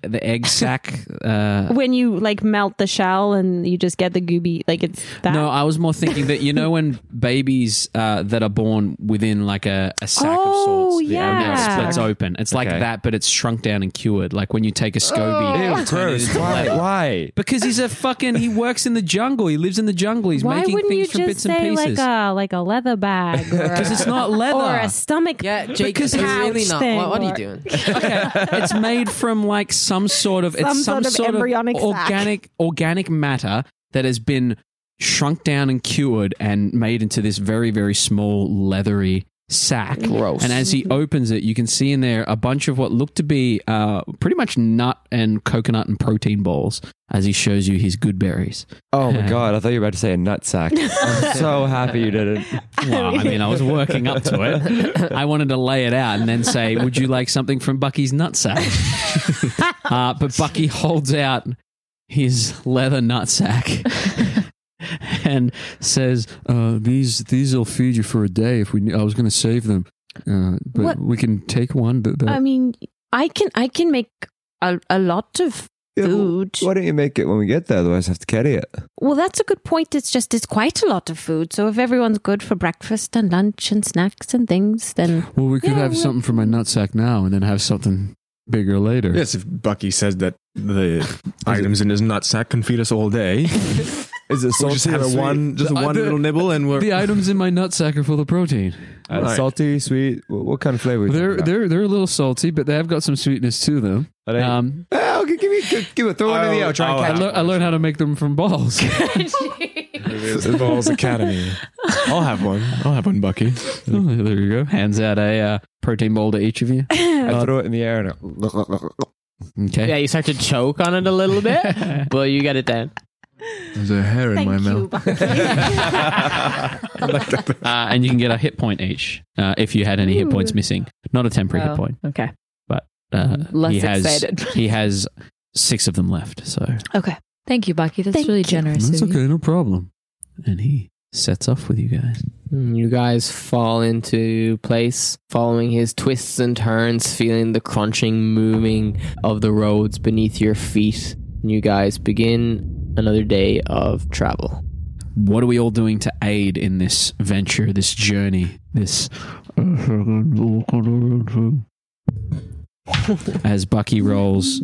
Speaker 3: the the egg sack. Uh,
Speaker 6: when you like melt the shell and you just get the gooby, like it's that.
Speaker 3: No, I was more thinking that you know when babies uh, that are born within like a, a sack
Speaker 6: Oh,
Speaker 3: of sorts,
Speaker 6: yeah.
Speaker 3: and it splits open. It's like
Speaker 7: Okay.
Speaker 3: that, but it's shrunk down and cured. Like when you take a scoby,
Speaker 7: Ew,
Speaker 3: and turn it
Speaker 7: gross.
Speaker 3: into
Speaker 7: Why?
Speaker 3: leather.
Speaker 7: Why?
Speaker 3: Because he's a fucking. He works in the jungle. He lives in the jungle. He's
Speaker 6: Why
Speaker 3: making
Speaker 6: wouldn't
Speaker 3: things
Speaker 6: you
Speaker 3: from
Speaker 6: just
Speaker 3: bits
Speaker 6: say
Speaker 3: and
Speaker 6: like
Speaker 3: pieces.
Speaker 6: a like a leather bag? Because
Speaker 3: Because it's not leather.
Speaker 6: or a stomach.
Speaker 2: Yeah, Jake,
Speaker 6: because
Speaker 2: it's really
Speaker 6: couch
Speaker 2: not.
Speaker 6: thing
Speaker 2: What, what are you
Speaker 6: or-
Speaker 2: doing?
Speaker 3: okay, it's made from like some sort of it's some
Speaker 6: Some sort of
Speaker 3: sort of,
Speaker 6: embryonic sac.
Speaker 3: organic organic matter that has been shrunk down and cured and made into this very very small leathery sack.
Speaker 2: Gross.
Speaker 3: And as
Speaker 6: Mm-hmm.
Speaker 3: he opens it, you can see in there a bunch of what look to be uh, pretty much nut and coconut and protein balls. As he shows you his good berries.
Speaker 7: Oh my god! I thought you were about to say a nut sack. I'm so happy you didn't.
Speaker 3: Well, I mean, I was working up to it. I wanted to lay it out and then say, "Would you like something from Bucky's nutsack?" uh, but Bucky holds out his leather nutsack and says,
Speaker 10: Uh, these these will feed you for a day. If we, I was going to save them, uh, but
Speaker 6: What? Um,
Speaker 10: we can take one. That, that-
Speaker 6: I mean, I can I can make a, a lot of
Speaker 7: Yeah, well,
Speaker 6: food.
Speaker 7: Why don't you make it when we get there? Otherwise, I have to carry it.
Speaker 6: Well, that's a good point. It's just it's quite a lot of food. So if everyone's good for breakfast and lunch and snacks and things, then
Speaker 10: well, we could
Speaker 6: Yeah,
Speaker 10: have
Speaker 6: well-
Speaker 10: something from my nutsack now, and then have something bigger later.
Speaker 4: yes, if Bucky says that the items in his nutsack can feed us all day,
Speaker 7: Is it
Speaker 4: we'll
Speaker 7: salty?
Speaker 4: just have
Speaker 7: or
Speaker 4: a
Speaker 7: sweet?
Speaker 4: one, just
Speaker 10: The-
Speaker 4: one
Speaker 10: the-
Speaker 4: little nibble, and we're
Speaker 10: The items in my nutsack are full of protein.
Speaker 7: Uh,
Speaker 4: Right.
Speaker 7: Salty, sweet. What, what kind of flavor?
Speaker 10: They're they're they're a little salty, but they have got some sweetness to them. Um,
Speaker 7: oh, okay, give me, give, give it. Throw one in the
Speaker 4: I'll-
Speaker 7: out. Try
Speaker 3: Oh,
Speaker 7: and
Speaker 4: I'll
Speaker 10: I,
Speaker 7: catch.
Speaker 10: lear- I learned how to make them from balls.
Speaker 4: It's the Balls Academy. I'll have one. I'll have one, Bucky.
Speaker 10: Oh,
Speaker 3: "There you go." Hands out a uh, protein ball to each of you.
Speaker 7: I throw it in the air and it,
Speaker 3: Okay.
Speaker 2: Yeah, you start to choke on it a little bit, but you get it down.
Speaker 4: There's a hair in my mouth.
Speaker 3: Uh, and you can get a hit point each uh, if you had any hit points
Speaker 6: Ooh.
Speaker 3: missing. Not a temporary hit
Speaker 5: Oh,
Speaker 3: point.
Speaker 5: Okay.
Speaker 3: Uh,
Speaker 5: Less
Speaker 3: he has,
Speaker 5: excited.
Speaker 3: He has six of them left. So
Speaker 6: okay.
Speaker 5: Thank you, Bucky. That's
Speaker 6: Thank
Speaker 5: really
Speaker 6: you.
Speaker 5: generous.
Speaker 3: that's
Speaker 5: of you.
Speaker 3: okay, no problem. And he sets off with you guys.
Speaker 2: Mm, You guys fall into place, following his twists and turns, feeling the crunching, moving of the roads beneath your feet. And you guys begin another day of travel.
Speaker 3: What are we all doing to aid in this venture, this journey, this?
Speaker 10: Oh,
Speaker 3: As Bucky rolls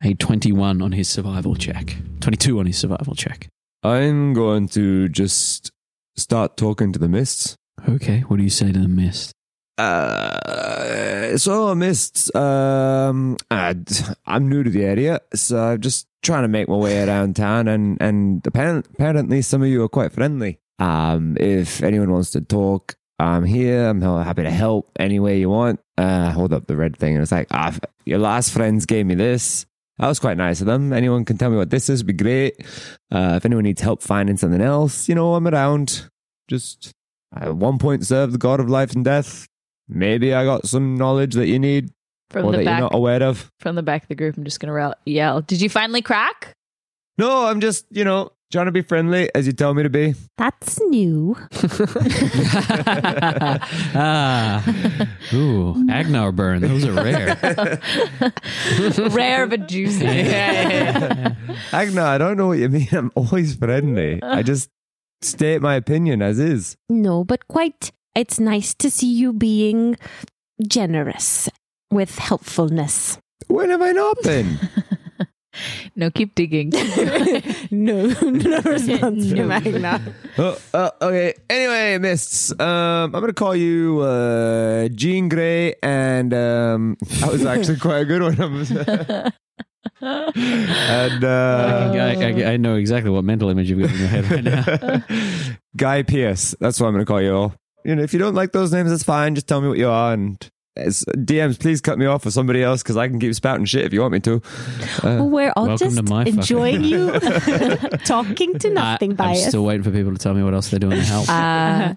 Speaker 3: a twenty-one on his survival check, twenty-two on his survival check.
Speaker 7: I'm going to just start talking to the mists.
Speaker 3: Okay, what do you say to the mist?
Speaker 7: Uh, so mists. Um, I, I'm new to the area, so I'm just trying to make my way around town, and and apparent, apparently some of you are quite friendly. Um, if anyone wants to talk, I'm here. I'm happy to help any way you want. Uh, hold up the red thing, and it's like, ah, your last friends gave me this. That was quite nice of them. Anyone can tell me what this is, be great. Uh, if anyone needs help finding something else, you know, I'm around. Just at one point served the god of life and death. Maybe I got some knowledge that you need
Speaker 5: From
Speaker 7: or
Speaker 5: the
Speaker 7: that
Speaker 5: back,
Speaker 7: you're
Speaker 3: oh,
Speaker 7: not aware of.
Speaker 5: from the back of the group, I'm just gonna rel- yell. Did you finally crack?
Speaker 7: No, I'm just, you know, trying to be friendly as you tell me to be.
Speaker 6: That's new.
Speaker 3: ah. Ooh, Agnar burn. Those are rare.
Speaker 5: Rare but juicy.
Speaker 7: Agna, I don't know what you mean. I'm always friendly. I just state my opinion as is.
Speaker 6: No, but quite. It's nice to see you being generous with helpfulness.
Speaker 7: When have I not been?
Speaker 5: No, keep digging.
Speaker 6: no, no response
Speaker 5: No.
Speaker 6: from Agna.
Speaker 7: oh, oh, okay. Anyway, mists, um, I'm going to call you uh, Jean Grey, and um, that was actually quite a good one. and
Speaker 3: I,
Speaker 7: uh,
Speaker 3: can- I- I- I know exactly what mental image you've got in your head right now.
Speaker 7: Guy Pierce. That's what I'm going to call you all. You know, if you don't like those names, that's fine. Just tell me what you are. And as DMs, please cut me off for somebody else because I can keep spouting shit if you want me to. Uh,
Speaker 3: Oh.
Speaker 6: Well, we're all
Speaker 3: Welcome
Speaker 6: just
Speaker 3: to my fucking-
Speaker 6: enjoying you talking to nothing
Speaker 3: I,
Speaker 6: by
Speaker 3: am
Speaker 6: us.
Speaker 3: still waiting for people to tell me what else they're doing to help.
Speaker 5: Uh,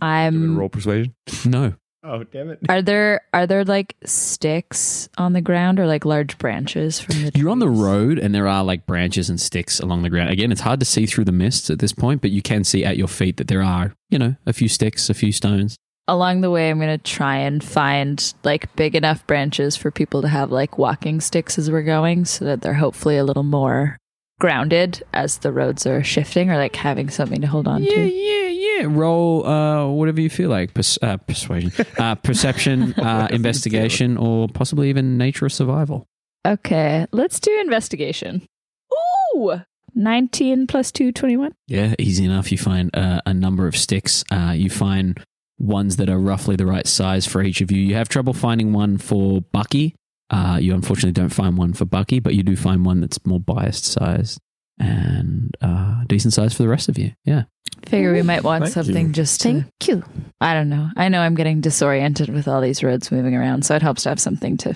Speaker 5: I'm.
Speaker 7: persuasion.
Speaker 3: no.
Speaker 4: Oh, damn it.
Speaker 5: Are there are there like sticks on the ground or like large branches from the?
Speaker 3: You're on the
Speaker 5: trees?
Speaker 3: road and there are like branches and sticks along the ground. Again, it's hard to see through the mist at this point, but you can see at your feet that there are, you know, a few sticks, a few stones.
Speaker 5: Along the way, I'm gonna try and find like big enough branches for people to have like walking sticks as we're going, so that they're hopefully a little more grounded as the roads are shifting or like having something to hold on
Speaker 3: yeah,
Speaker 5: to.
Speaker 3: yeah, yeah. Roll uh, whatever you feel like. Pers- uh, persuasion, uh, perception, uh, investigation, or possibly even nature or survival.
Speaker 5: Okay, let's do investigation. Ooh! 19 plus 2, 21.
Speaker 3: Yeah, easy enough. You find uh, a number of sticks. Uh, you find ones that are roughly the right size for each of you. You have trouble finding one for Bucky. Uh, you unfortunately don't find one for Bucky, but you do find one that's more biased sized and uh, decent size for the rest of you. Yeah.
Speaker 5: Figure we might want
Speaker 4: Thank
Speaker 5: something
Speaker 4: you.
Speaker 5: just to,
Speaker 6: Thank you.
Speaker 5: I don't know. I know I'm getting disoriented with all these roads moving around, so it helps to have something to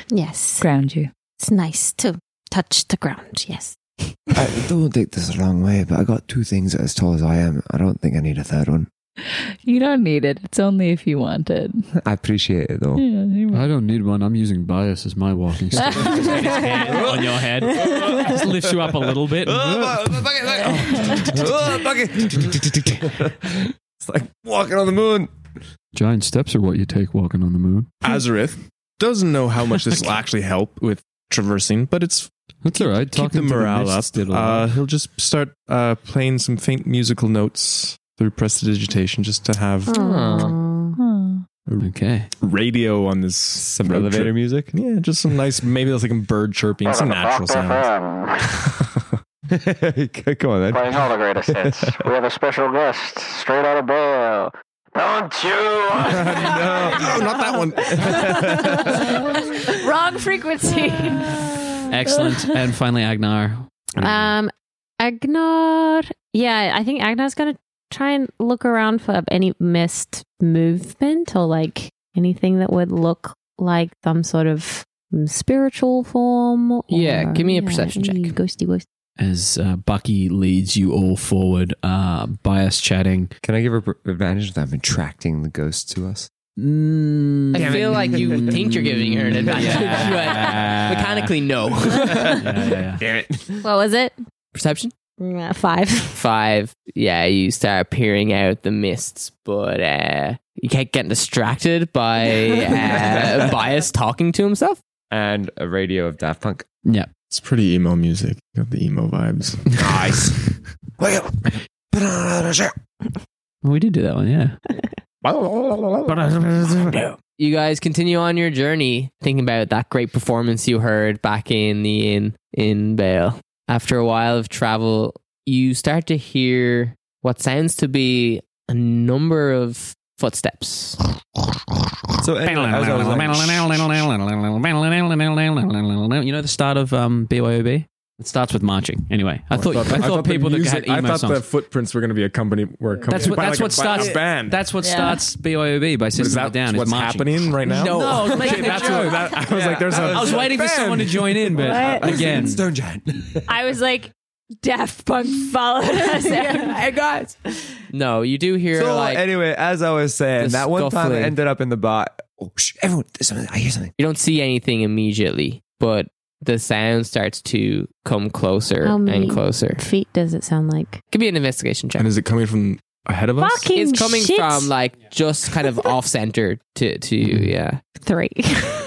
Speaker 6: Yes.
Speaker 5: ground you.
Speaker 6: It's nice to touch the ground. Yes.
Speaker 7: I don't take this the wrong way, but I got two things as tall as I am. I don't think I need a third one.
Speaker 5: You don't need it. It's only if you want it.
Speaker 7: I appreciate it though.
Speaker 5: Yeah, you might-
Speaker 3: don't need one. I'm using bias as my walking stick. on your head. Just lifts you up a little bit.
Speaker 7: Oh, Oh, it's like walking on the moon.
Speaker 3: Giant steps are what you take walking on the moon.
Speaker 4: Azareth doesn't know how much this will actually help with traversing, but it's
Speaker 3: That's all right.
Speaker 4: keep the morale up. Uh, he'll just start uh, playing some faint musical notes through prestidigitation just to have
Speaker 6: Aw.
Speaker 5: Huh.
Speaker 3: okay.
Speaker 4: radio on this
Speaker 7: Some
Speaker 4: road
Speaker 7: elevator
Speaker 4: trip.
Speaker 7: music.
Speaker 4: Yeah, just some nice, maybe that's like a bird chirping, some natural sounds.
Speaker 7: Come on then.
Speaker 11: Playing all the greatest hits. We have a special guest, straight out of bail. Don't you?
Speaker 4: no, not that one.
Speaker 5: Wrong frequency.
Speaker 3: Excellent. And finally, Agnar.
Speaker 2: Mm. Uh,
Speaker 6: Um, Agnar. Yeah, I think Agnar's gonna try and look around for any missed movement or like anything that would look like some sort of mm, spiritual form. Or,
Speaker 2: Yeah, give me a perception check.
Speaker 6: any Ghosty ghost.
Speaker 3: as uh, Bucky leads you all forward uh, by us chatting.
Speaker 7: Can I give her pr- advantage that I'm attracting the ghost to us?
Speaker 3: Mm,
Speaker 2: I feel like you think you're giving her an advantage,
Speaker 3: Yeah.
Speaker 2: but mechanically, no.
Speaker 3: Yeah, yeah, yeah.
Speaker 6: What was it?
Speaker 2: Perception?
Speaker 6: Mm, Five.
Speaker 2: Five. Yeah, you start peering out the mists, but uh, you kept getting distracted by uh, Bias talking to himself.
Speaker 7: And a radio of Daft Punk.
Speaker 4: It's pretty emo music. Got the emo vibes.
Speaker 7: Nice.
Speaker 3: Well, we did do that one, yeah.
Speaker 2: You guys continue on your journey, thinking about that great performance you heard back in the inn in Bale. After a while of travel, you start to hear what sounds to be a number of footsteps.
Speaker 4: so anyway, as I was like,
Speaker 3: you know the start of um, BYOB? It starts with marching. Anyway, I thought, I thought,
Speaker 4: the
Speaker 3: people that
Speaker 4: music-
Speaker 3: had emo
Speaker 4: I thought
Speaker 3: songs.
Speaker 4: the footprints were going to be accompanied. Were accompanied
Speaker 3: That's what-
Speaker 4: by
Speaker 3: that's
Speaker 4: like
Speaker 3: what
Speaker 4: a,
Speaker 3: starts-
Speaker 4: By a band.
Speaker 3: That's what
Speaker 5: Yeah.
Speaker 3: starts BYOB by
Speaker 4: But
Speaker 3: System
Speaker 4: is
Speaker 3: of a
Speaker 4: that
Speaker 3: Down. is
Speaker 4: what's
Speaker 3: marching.
Speaker 4: happening right now?
Speaker 2: No.
Speaker 3: I was
Speaker 4: Oh, Okay,
Speaker 3: making a
Speaker 4: that's
Speaker 3: joke.
Speaker 4: what, that, I was like, "There's a."
Speaker 3: I was waiting for someone to join in, but
Speaker 6: What?
Speaker 3: again,
Speaker 7: Stone Giant.
Speaker 5: I was like, Daft Punk followed us.
Speaker 2: Hey guys. No, you do hear
Speaker 7: So
Speaker 2: like
Speaker 7: anyway, as I was saying,
Speaker 2: the
Speaker 7: that one time I
Speaker 2: scuffling.
Speaker 7: ended up in the bar. Oh, sh- everyone, there's something. I hear something.
Speaker 2: you don't see anything immediately, but the sound starts to come closer
Speaker 6: How many-
Speaker 2: and closer.
Speaker 6: Feet does it sound like?
Speaker 2: Could be an investigation check.
Speaker 4: And is it coming from ahead of us?
Speaker 6: Fucking
Speaker 2: It's coming
Speaker 6: shit.
Speaker 2: from like just kind of off center to to yeah.
Speaker 6: three.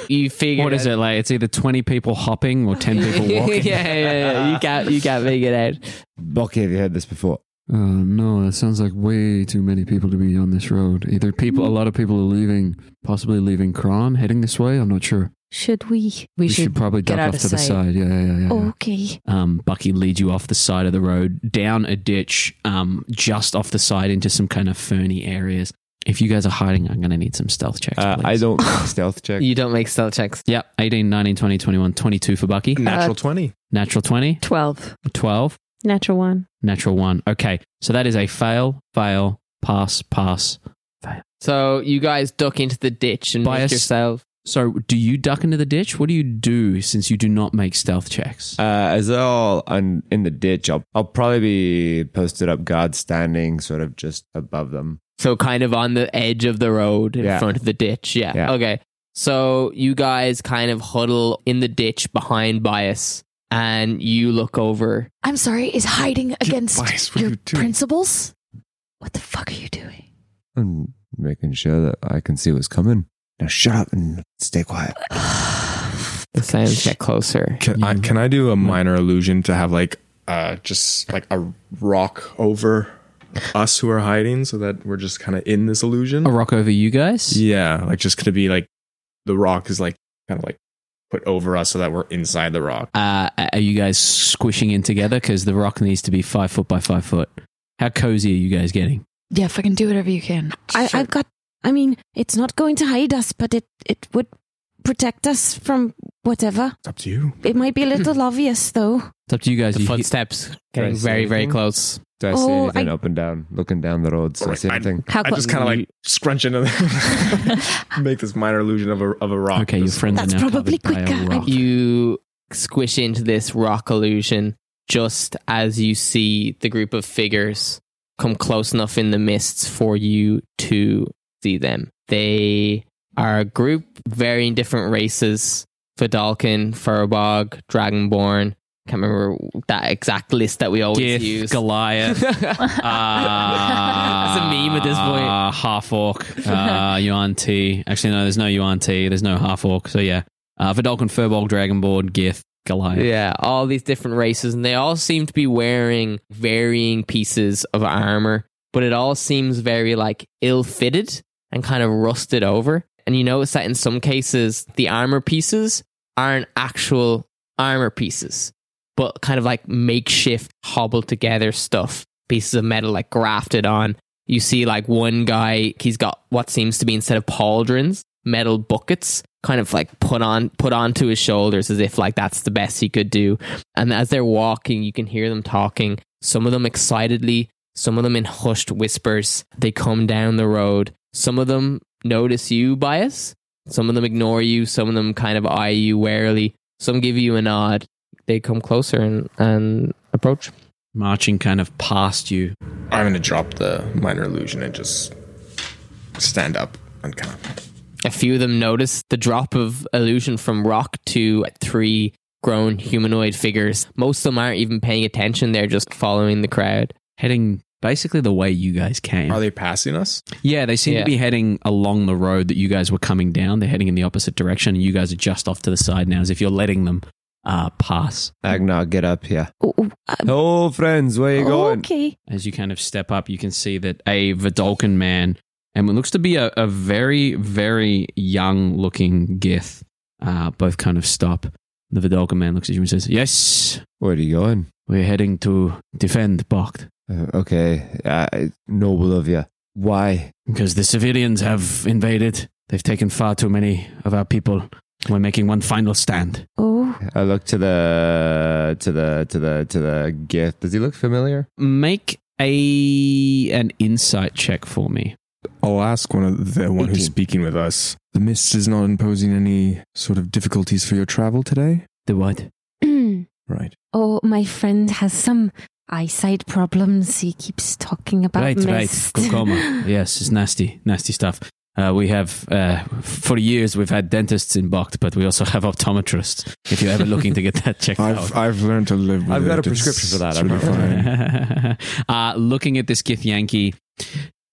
Speaker 2: You figure
Speaker 3: what is it like? It's either twenty people hopping or ten people walking.
Speaker 2: yeah, yeah, yeah. You can't you can't make it out.
Speaker 7: Bucky, have you heard this before?
Speaker 8: Uh, no, that sounds like way too many people to be on this road. Either people, a lot of people are leaving, possibly leaving Kron, heading this way. I'm not sure.
Speaker 6: Should we?
Speaker 5: We
Speaker 8: We should,
Speaker 5: should.
Speaker 8: probably
Speaker 5: get
Speaker 8: duck
Speaker 5: out
Speaker 8: off
Speaker 5: of
Speaker 8: to the
Speaker 5: sight. Oh.
Speaker 8: side. Yeah, yeah, yeah. yeah.
Speaker 6: Okay.
Speaker 3: um, Bucky leads you off the side of the road, down a ditch, um, just off the side into some kind of ferny areas. If you guys are hiding, I'm going to need some stealth checks.
Speaker 7: Uh,
Speaker 3: please.
Speaker 7: I don't stealth check.
Speaker 2: You don't make stealth checks.
Speaker 3: Yep, 18, 19, 20, 21, 22 for Bucky.
Speaker 4: Natural twenty.
Speaker 3: Natural 20,
Speaker 5: 12.
Speaker 3: 12,
Speaker 6: Natural one.
Speaker 3: natural 1. Okay, so that is a fail, fail, pass, pass.
Speaker 2: So you guys duck into the ditch and
Speaker 3: Bias.
Speaker 2: make yourself.
Speaker 3: So do you duck into the ditch? What do you do since you do not make stealth checks?
Speaker 7: Uh, as all on in the ditch, I'll, I'll probably be posted up guard standing sort of just above them.
Speaker 2: So kind of on the edge of the road in
Speaker 7: Yeah.
Speaker 2: front of the ditch. Yeah.
Speaker 7: Yeah.
Speaker 2: Okay. So you guys kind of huddle in the ditch behind Bias and you look over.
Speaker 5: I'm sorry, is hiding against
Speaker 4: Bias, what are
Speaker 5: your
Speaker 4: you doing?
Speaker 5: principles? What the fuck are you doing?
Speaker 7: I'm making sure that I can see what's coming. Now shut up and stay quiet.
Speaker 2: The sounds get closer.
Speaker 4: Can I can I do a minor illusion to have like uh just like a rock over us who are hiding so that we're just kind of in this illusion?
Speaker 3: a rock over you guys?
Speaker 4: Yeah, like just gonna be like the rock is like kind of like put over us so that we're inside the rock.
Speaker 3: Uh, are you guys squishing in together? Because the rock needs to be five foot by five foot. How cozy are you guys getting?
Speaker 5: Yeah, fucking do whatever you can.
Speaker 6: I, I've got. I mean, it's not going to hide us, but it it would protect us from whatever.
Speaker 4: It's up to you.
Speaker 6: It might be a little obvious, though.
Speaker 3: It's up to you guys.
Speaker 2: The
Speaker 3: You-
Speaker 2: footsteps
Speaker 7: Can I
Speaker 2: getting
Speaker 7: see
Speaker 2: very, very
Speaker 7: anything?
Speaker 2: close.
Speaker 7: Do I see
Speaker 6: Oh,
Speaker 7: anything
Speaker 6: I-
Speaker 7: up and down? Looking down the road, so I
Speaker 4: Alright,
Speaker 7: see
Speaker 4: I-
Speaker 7: anything.
Speaker 5: How
Speaker 4: I just kind of like scrunch into the make this minor illusion of a of a rock.
Speaker 3: okay, your
Speaker 4: Just-
Speaker 3: friends
Speaker 6: That's
Speaker 3: are now
Speaker 6: probably
Speaker 3: covered by a
Speaker 6: quicker.
Speaker 3: rock.
Speaker 2: You squish into this rock illusion just as you see the group of figures come close enough in the mists for you to see them. They are a group varying different races Fidalkin, Furbog, Dragonborn. Can't remember that exact list that we always
Speaker 3: Gith,
Speaker 2: use.
Speaker 3: Goliath.
Speaker 2: That's a meme at this point.
Speaker 3: Uh, half orc, uh, Yuan T. Actually, no, there's no Yuan T. There's no half orc. So yeah, uh, Vidalcan, Furbolg, Dragonborn, Gith, Goliath.
Speaker 2: Yeah, all these different races, and they all seem to be wearing varying pieces of armor, but it all seems very like ill fitted and kind of rusted over. And you notice that in some cases, the armor pieces aren't actual armor pieces, but kind of like makeshift, hobbled together stuff, pieces of metal like grafted on. You see, like, one guy, he's got what seems to be instead of pauldrons, metal buckets kind of like put on put onto his shoulders as if like that's the best he could do and as they're walking you can hear them talking some of them excitedly some of them in hushed whispers they come down the road some of them notice you bias some of them ignore you some of them kind of eye you warily some give you a nod they come closer and and
Speaker 9: approach.
Speaker 3: marching kind of past you.
Speaker 4: I'm gonna drop the minor illusion and just stand up and kind of.
Speaker 2: A few of them notice the drop of illusion from rock to three grown humanoid figures. Most of them aren't even paying attention, they're just following the crowd.
Speaker 3: heading basically the way you guys came.
Speaker 4: Are they passing us?
Speaker 3: yeah, they seem
Speaker 2: Yeah.
Speaker 3: to be heading along the road that you guys were coming down. They're heading in the opposite direction, and you guys are just off to the side now, as if you're letting them uh, pass.
Speaker 9: Agnog, get up. Yeah.
Speaker 6: Oh, oh, uh,
Speaker 7: Oh, friends, where you going?
Speaker 6: Okay.
Speaker 3: As you kind of step up, you can see that a Vidalcan man, and what looks to be a, a very, very young looking Gith, uh, both kind of stop. The Vidalcan man looks at you and says, Yes,
Speaker 7: Where are you going?
Speaker 3: we're heading to defend Bokt
Speaker 7: Uh, okay, uh, noble of you. Why?
Speaker 3: because the civilians have invaded. They've taken far too many of our people. We're making one final stand.
Speaker 6: Oh,
Speaker 9: I look to the to the to the to the gift. Does he look familiar?
Speaker 3: make a an insight check for me.
Speaker 4: I'll ask one of the one who's
Speaker 9: 18.
Speaker 4: speaking with us. The mist is not imposing any sort of difficulties for your travel today,
Speaker 3: The what?
Speaker 4: right?
Speaker 6: oh, my friend has some eyesight problems. He keeps talking about
Speaker 3: right,
Speaker 6: mist.
Speaker 3: right. Glaucoma. yes, it's nasty, nasty stuff. Uh, we have uh, for years we've had dentists in Bocht, but we also have optometrists. If you're ever looking to get that checked out.
Speaker 4: I've I've learned to live. with
Speaker 9: I've got
Speaker 4: it.
Speaker 9: a prescription
Speaker 4: It's
Speaker 9: for that. I'm
Speaker 4: really
Speaker 9: not-
Speaker 4: fine.
Speaker 3: uh, looking at this Gith Yankee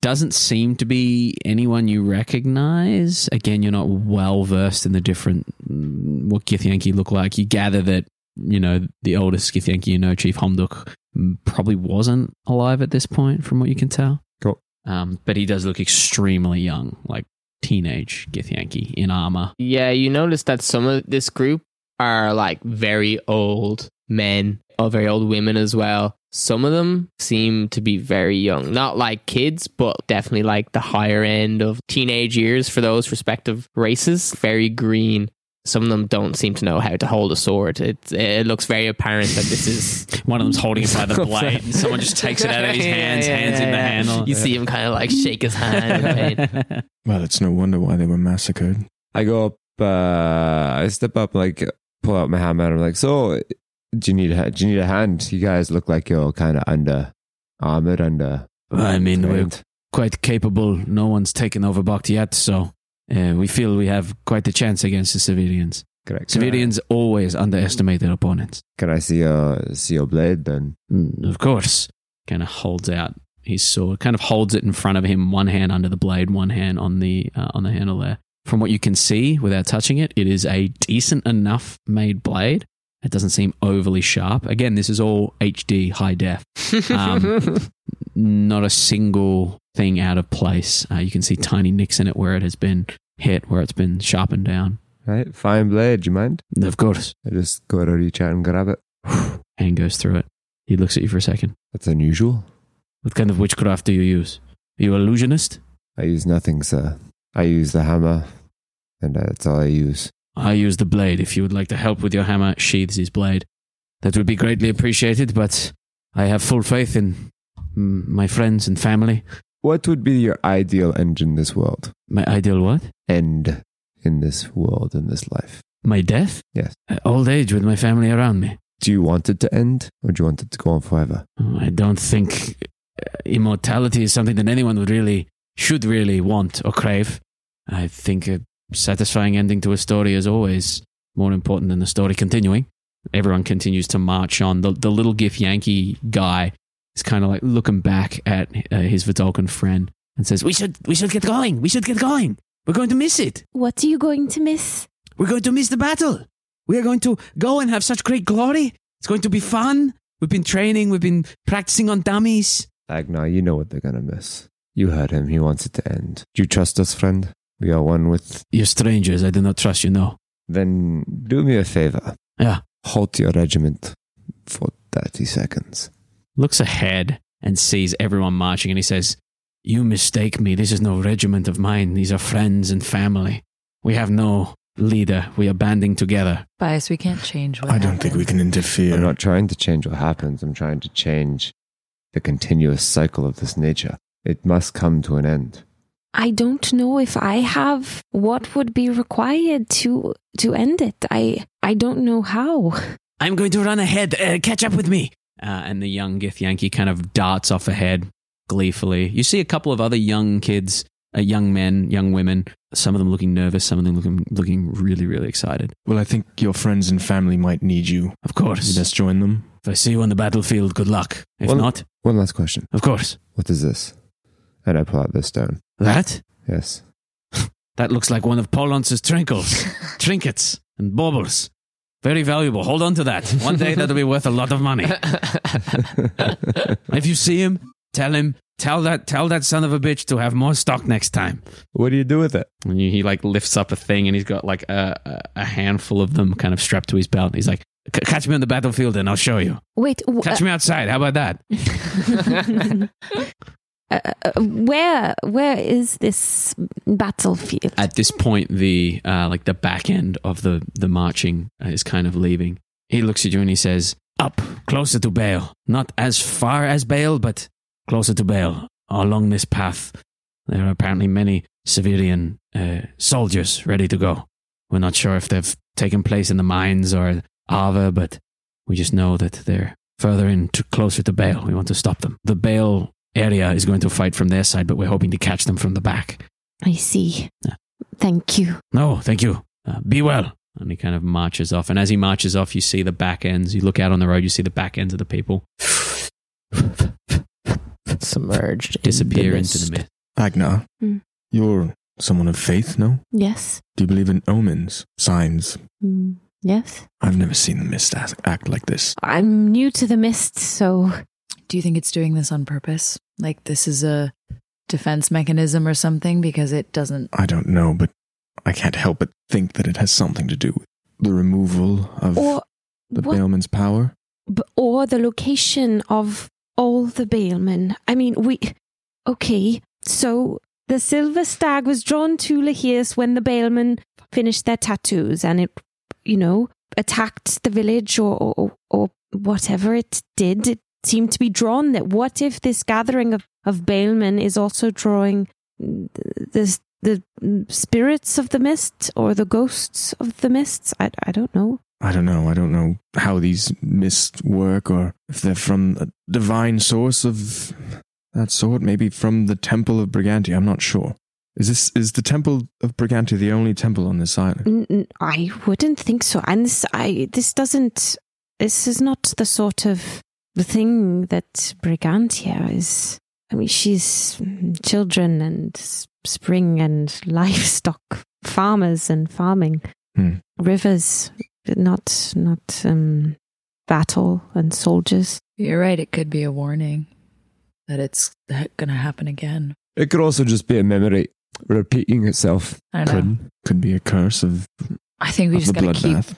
Speaker 3: doesn't seem to be anyone you recognize. Again, you're not well versed in the different mm, what Gith Yankee look like. You gather that you know the oldest Gith Yankee you know, Chief Homduk, mm, probably wasn't alive at this point, from what you can tell.
Speaker 9: Cool.
Speaker 3: Um, but he does look extremely young, like teenage Gith Yankee in armor.
Speaker 2: Yeah, you notice that some of this group are like very old men or very old women as well. Some of them seem to be very young, not like kids, but definitely like the higher end of teenage years for those respective races. Very green. Some of them don't seem to know how to hold a sword. It it looks very apparent that this is
Speaker 3: One of them's holding it by the blade, and someone just takes it out of his hands,
Speaker 2: Yeah, yeah,
Speaker 3: hands in the
Speaker 2: yeah, yeah.
Speaker 3: handle.
Speaker 2: You see him kind of like shake his hand. in pain.
Speaker 4: Well, it's no wonder why they were massacred.
Speaker 7: I go up. Uh, I step up, like pull out my hammer. and I'm like, so do you need? A, do you need a hand? You guys look like you're kind of under armored, under.
Speaker 3: I mean, we're
Speaker 7: trained."
Speaker 3: quite capable. No one's taken over Bakhti yet, so uh, we feel we have quite a chance against the civilians.
Speaker 7: Correct.
Speaker 3: Civilians always underestimate their opponents.
Speaker 7: Can I see your see your blade then?
Speaker 3: Mm, of course. Kind of holds out his sword, kind of holds it in front of him, one hand under the blade, one hand on the uh, on the handle there. From what you can see, without touching it, it is a decent enough made blade. It doesn't seem overly sharp. Again, this is all HD high def. Um, not a single thing out of place. Uh, you can see tiny nicks in it where it has been hit, where it's been sharpened down.
Speaker 7: Right, fine blade. Do you mind?
Speaker 3: Of course.
Speaker 7: I just go to reach out and grab it.
Speaker 3: Hand goes through it. He looks at you for a second.
Speaker 7: That's unusual.
Speaker 3: What kind of witchcraft do you use? Are you illusionist?
Speaker 7: I use nothing, sir. I use the hammer, and that's all I use.
Speaker 3: I use the blade. If you would like to help with your hammer, sheathes his blade. That would be greatly appreciated, but I have full faith in mm, my friends and family.
Speaker 7: What would be your ideal end in this world?
Speaker 3: My ideal what?
Speaker 7: End in this world, in this life.
Speaker 3: My death?
Speaker 7: Yes.
Speaker 3: Uh, Old age with my family around me.
Speaker 7: Do you want it to end, or do you want it to go on forever?
Speaker 3: Oh, I don't think uh, immortality is something that anyone would really should really want or crave. I think a satisfying ending to a story is always more important than the story continuing. Everyone continues to march on. The the little GIF Yankee guy is kind of like looking back at uh, his Vidalcan friend and says, "We should we should get going. We should get going. We're going to miss it.
Speaker 6: What are you going to miss?
Speaker 3: We're going to miss the battle. We are going to go and have such great glory. It's going to be fun. We've been training. We've been practicing on dummies."
Speaker 7: Agnar, you know what they're gonna miss. You heard him. He wants it to end. Do you trust us, friend? We are one with.
Speaker 3: You're strangers. I do not trust you. No.
Speaker 7: Then do me a favor.
Speaker 3: Yeah.
Speaker 7: Halt your regiment for thirty seconds.
Speaker 3: Looks ahead and sees everyone marching, and he says, "You mistake me. This is no regiment of mine. These are friends and family. We have no leader. We are banding together."
Speaker 5: Bias, we can't change what
Speaker 4: I don't think we
Speaker 5: happened.
Speaker 4: can interfere.
Speaker 7: I'm not trying to change what happens. I'm trying to change the continuous cycle of this nature. It must come to an end.
Speaker 6: I don't know if I have what would be required to to end it. I I don't know how.
Speaker 3: I'm going to run ahead. Uh, catch up with me. uh, and the young Gith Yankee kind of darts off ahead gleefully. You see a couple of other young kids, uh, young men, young women. Some of them looking nervous, some of them looking looking really, really excited.
Speaker 4: Well, I think your friends and family might need you.
Speaker 3: Of course,
Speaker 4: Let's join them.
Speaker 3: if I see you on the battlefield, good luck. If
Speaker 7: Well-
Speaker 3: not,
Speaker 7: One last question.
Speaker 3: of course,
Speaker 7: What is this? And I pull out this stone.
Speaker 3: that
Speaker 7: Yes.
Speaker 3: That looks like one of Polonce's trinkles, trinkets, and baubles. Very valuable. Hold on to that. One day that'll be worth a lot of money. if you see him, tell him, tell that, tell that son of a bitch to have more stock next time.
Speaker 9: What do you do with it?
Speaker 3: And he he, like lifts up a thing, and he's got like a, a- a handful of them kind of strapped to his belt. And he's like, "C- "Catch me on the battlefield, and I'll show you.
Speaker 6: Wait, w-
Speaker 3: Catch me outside. How about that?"
Speaker 6: uh, uh, uh, where where is this battlefield?
Speaker 3: at this point the uh, like the back end of the the marching uh, is kind of leaving he looks at you and he says up closer to baal not as far as baal but closer to baal along this path there are apparently many civilian uh, soldiers ready to go we're not sure if they've taken place in the mines or ava but we just know that they're further in to closer to baal we want to stop them the baal area is going to fight from their side but we're hoping to catch them from the back
Speaker 6: I see.
Speaker 3: Yeah.
Speaker 6: Thank you.
Speaker 3: no, thank you. Uh, be well. And he kind of marches off. And as he marches off, you see the back ends. You look out on the road, you see the back ends of the people
Speaker 2: Submerged. in
Speaker 3: disappear into
Speaker 2: mist.
Speaker 3: the mist.
Speaker 4: Agna,
Speaker 6: Hmm.
Speaker 4: you're someone of faith, no?
Speaker 6: Yes.
Speaker 4: Do you believe in omens, signs?
Speaker 6: Mm, yes.
Speaker 4: I've never seen the mist act, act like this.
Speaker 6: I'm new to the mist, so
Speaker 5: Do you think it's doing this on purpose? Like this is a defense mechanism or something because it doesn't.
Speaker 4: I don't know, but I can't help but think that it has something to do with the removal of
Speaker 6: or
Speaker 4: the
Speaker 6: what-
Speaker 4: bailman's power.
Speaker 6: b- or the location of all the bailmen. I mean, we. Okay, so the silver stag was drawn to Lahias when the bailmen finished their tattoos, and it, you know, attacked the village or or, or whatever it did. It seemed to be drawn that what if this gathering of of bailmen is also drawing mm, this. The mm, spirits of the mist or the ghosts of the mists? I, I don't know.
Speaker 4: I don't know. I don't know how these mists work or if they're from a divine source of that sort, maybe from the Temple of Briganti. I'm not sure. Is this is the Temple of Briganti the only temple on this island?
Speaker 6: N- n- I wouldn't think so. And this, I, this doesn't. This is not the sort of thing that Brigantia is. I mean, she's mm, children and s- spring and livestock, farmers and farming,
Speaker 4: Hmm.
Speaker 6: rivers, not not um, battle and soldiers.
Speaker 5: You're right. It could be a warning that it's going to happen again.
Speaker 7: It could also just be a memory repeating itself.
Speaker 5: I don't know.
Speaker 4: Could could be a curse of,
Speaker 5: I think we
Speaker 4: of the
Speaker 5: just got to keep.
Speaker 4: bloodbath.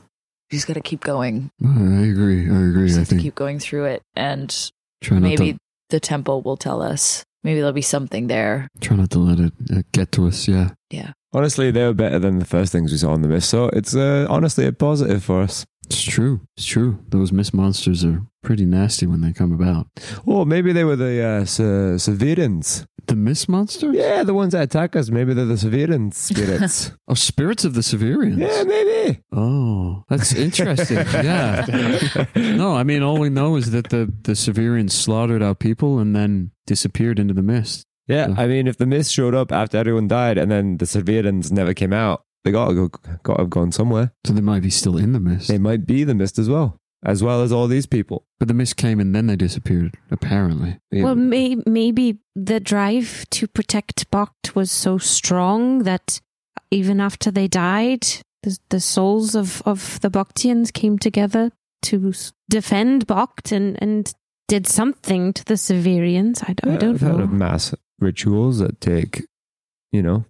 Speaker 5: We just got to keep going.
Speaker 7: I agree. I
Speaker 5: We
Speaker 7: agree.
Speaker 5: just have to keep going through it, and
Speaker 8: Try not
Speaker 5: maybe
Speaker 8: to
Speaker 5: the temple will tell us. Maybe there'll be something there.
Speaker 8: try not to let it uh, get to us. Yeah.
Speaker 7: Honestly, they were better than the first things we saw on the mist, so it's uh, honestly a positive for us.
Speaker 8: It's true. It's true. Those mist monsters are pretty nasty when they come about.
Speaker 7: Or maybe they were the uh, Se- Severans.
Speaker 8: The mist monsters?
Speaker 7: Yeah, the ones that attack us. Maybe they're the Severans spirits.
Speaker 8: Oh, spirits of the Severians.
Speaker 7: yeah, maybe.
Speaker 8: Oh, that's interesting. yeah. No, I mean, all we know is that the, the Severians slaughtered our people and then disappeared into the mist.
Speaker 7: Yeah, I mean, if the mist showed up after everyone died and then the Severans never came out, they got to go, got to have gone somewhere.
Speaker 8: So they might be still in the mist.
Speaker 7: They might be the mist as well, as well as all these people.
Speaker 8: But the mist came and then they disappeared, apparently.
Speaker 7: Yeah.
Speaker 6: Well, may- maybe the drive to protect Bokt was so strong that even after they died, the, the souls of, of the Boktians came together to s- defend Bokt and, and did something to the Severians. I, d- I
Speaker 7: Yeah,
Speaker 6: don't
Speaker 7: Uh, I've heard of
Speaker 6: know.
Speaker 7: mass rituals that take, you know,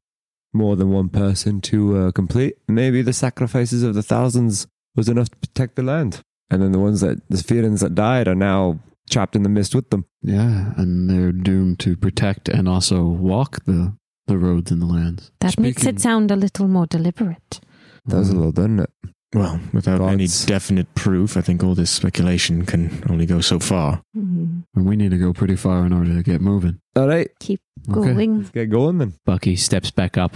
Speaker 7: more than one person to uh, complete. Maybe the sacrifices of the thousands was enough to protect the land, and then the ones that the Spherins that died are now trapped in the mist with them.
Speaker 8: Yeah, and they're doomed to protect and also walk the, the roads and the lands.
Speaker 6: That makes it
Speaker 8: Speaking-
Speaker 6: sound a little more deliberate.
Speaker 7: That
Speaker 6: Mm.
Speaker 7: was a little, didn't it?
Speaker 4: Well, without any
Speaker 7: Gods.
Speaker 4: definite proof, I think all this speculation can only go so far.
Speaker 12: Mm-hmm.
Speaker 8: And we need to go pretty far in order to get moving.
Speaker 7: All right,
Speaker 8: Okay.
Speaker 6: Going.
Speaker 7: get going then.
Speaker 3: Bucky steps back up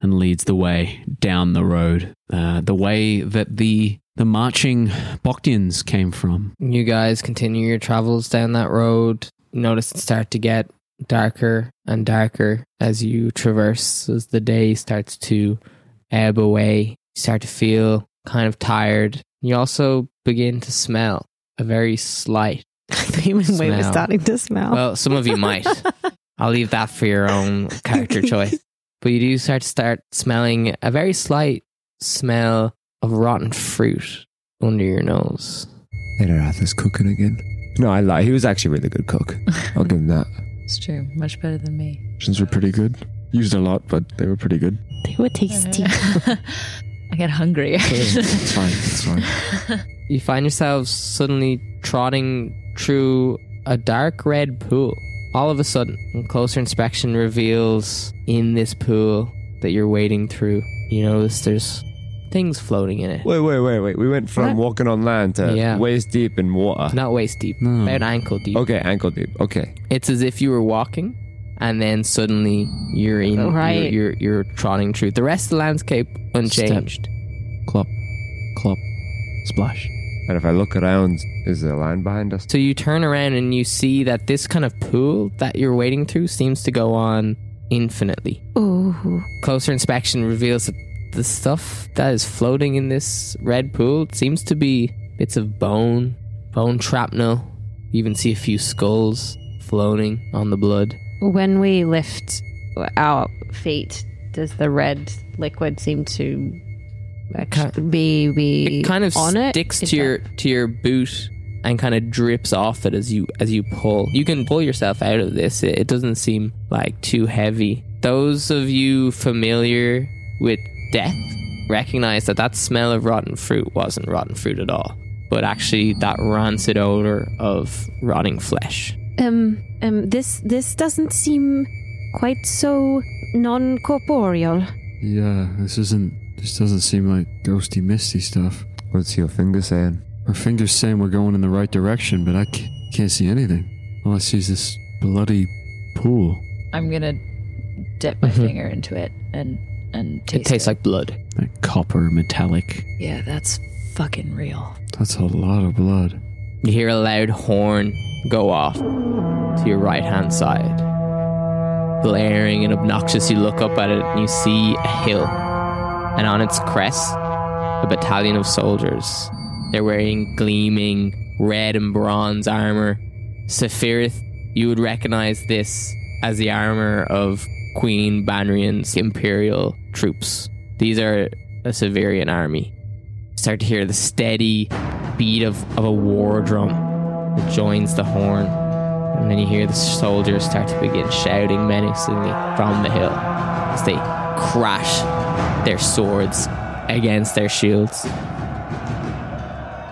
Speaker 3: and leads the way down the road, uh, the way that the the marching Boktians came from.
Speaker 2: You guys continue your travels down that road. Notice it start to get darker and darker as you traverse, as the day starts to ebb away. You start to feel kind of tired. You also begin to smell a very slight.
Speaker 12: I thought you meant Wade was
Speaker 2: Smell.
Speaker 12: starting to smell.
Speaker 2: Well, some of you might. I'll leave that for your own character choice. But you do start to start smelling a very slight smell of rotten fruit under your nose.
Speaker 7: And Arthur's cooking again. No, I lie. He was actually a really good cook. I'll give him that.
Speaker 5: It's true. Much better than me.
Speaker 4: Options were pretty good. Used a lot, but they were pretty good.
Speaker 12: They were tasty.
Speaker 5: I get hungry.
Speaker 4: it's fine. It's fine.
Speaker 2: You find yourselves suddenly trotting through a dark red pool. All of a sudden, a closer inspection reveals in this pool that you're wading through. You notice there's things floating in it.
Speaker 7: Wait, wait, wait, wait. We went from walking on land to
Speaker 2: Yeah.
Speaker 7: waist deep in water.
Speaker 2: Not waist deep,
Speaker 3: No.
Speaker 2: about ankle deep.
Speaker 7: Okay, ankle deep. Okay.
Speaker 2: It's as if you were walking, and then suddenly you're in. you're-
Speaker 12: Right.
Speaker 2: You're, you're trotting through. The rest of the landscape unchanged.
Speaker 3: Clop, clop, splash.
Speaker 7: And if I look around, is there land behind us?
Speaker 2: So you turn around and you see that this kind of pool that you're wading through seems to go on infinitely.
Speaker 12: Oh.
Speaker 6: Ooh.
Speaker 2: Closer inspection reveals that the stuff that is floating in this red pool seems to be bits of bone, bone shrapnel. You even see a few skulls floating on the blood.
Speaker 12: when we lift our feet, does the red liquid seem to actu- be be
Speaker 2: It kind of
Speaker 12: on it?
Speaker 2: sticks
Speaker 12: Is
Speaker 2: to your to your boot and kind of drips off it as you as you pull. You can pull yourself out of this. It, it doesn't seem like too heavy. Those of you familiar with death recognize that that smell of rotten fruit wasn't rotten fruit at all, but actually that rancid odor of rotting flesh.
Speaker 6: Um, um, this this doesn't seem quite so non-corporeal.
Speaker 3: Yeah, this isn't. This doesn't seem like ghosty, misty stuff.
Speaker 7: What's your finger saying?
Speaker 3: My finger's saying we're going in the right direction, but I ca- can't see anything. All I see is this bloody pool.
Speaker 5: I'm gonna dip my
Speaker 4: Mm-hmm.
Speaker 5: finger into it and and taste
Speaker 2: it tastes like blood.
Speaker 3: That copper metallic.
Speaker 5: yeah, that's fucking real.
Speaker 3: That's a lot of blood.
Speaker 2: You hear a loud horn go off to your right hand side. Blaring and obnoxious, you look up at it and you see a hill. And on its crest, a battalion of soldiers. They're wearing gleaming red and bronze armor. Sephiroth, you would recognize this as the armor of Queen Banrian's imperial troops. These are a Severian army. You start to hear the steady beat of, of a war drum that joins the horn. And then you hear the soldiers start to begin shouting menacingly from the hill as they crash their swords against their shields.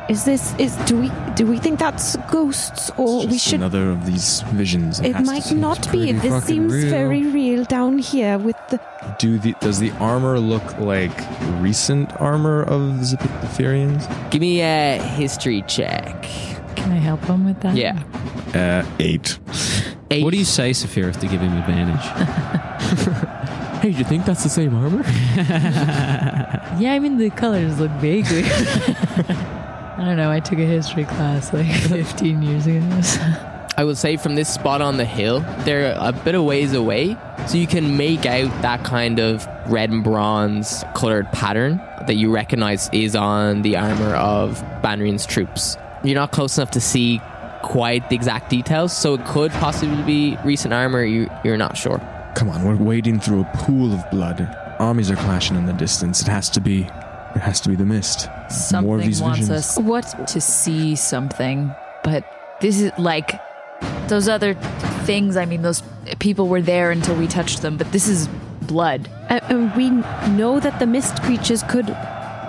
Speaker 6: Is this is do we do we think that's ghosts or
Speaker 4: It's
Speaker 6: we
Speaker 4: just
Speaker 6: should?
Speaker 4: another of these visions.
Speaker 6: It
Speaker 4: has to
Speaker 6: might
Speaker 4: seem
Speaker 6: not be.
Speaker 4: pretty
Speaker 6: This
Speaker 4: fucking
Speaker 6: seems
Speaker 4: real.
Speaker 6: very real down here with the.
Speaker 4: Do the does the armor look like recent armor of the Zephyrians?
Speaker 2: Give me a history check.
Speaker 5: Can I help him with that?
Speaker 2: Yeah.
Speaker 4: Uh, eight.
Speaker 2: Eight.
Speaker 3: What do you say, Sephiroth, to give him advantage?
Speaker 2: hey, you think that's the same armor?
Speaker 5: Yeah, I mean the colors look vaguely. I don't know. I took a history class like 15 years ago.
Speaker 2: I would say from this spot on the hill, they're a bit of ways away, so you can make out that kind of red and bronze colored pattern that you recognize is on the armor of Banrian's troops. You're not close enough to see quite the exact details, so it could possibly be recent armor. You, you're not sure.
Speaker 4: Come on, we're wading through a pool of blood. Armies are clashing in the distance. It has to be. It has to be the mist.
Speaker 5: Something
Speaker 4: More of these
Speaker 5: wants
Speaker 4: visions.
Speaker 5: us what to see something, but this is like those other things. I mean, those people were there until we touched them, but this is blood.
Speaker 6: Uh, uh, we know that the mist creatures could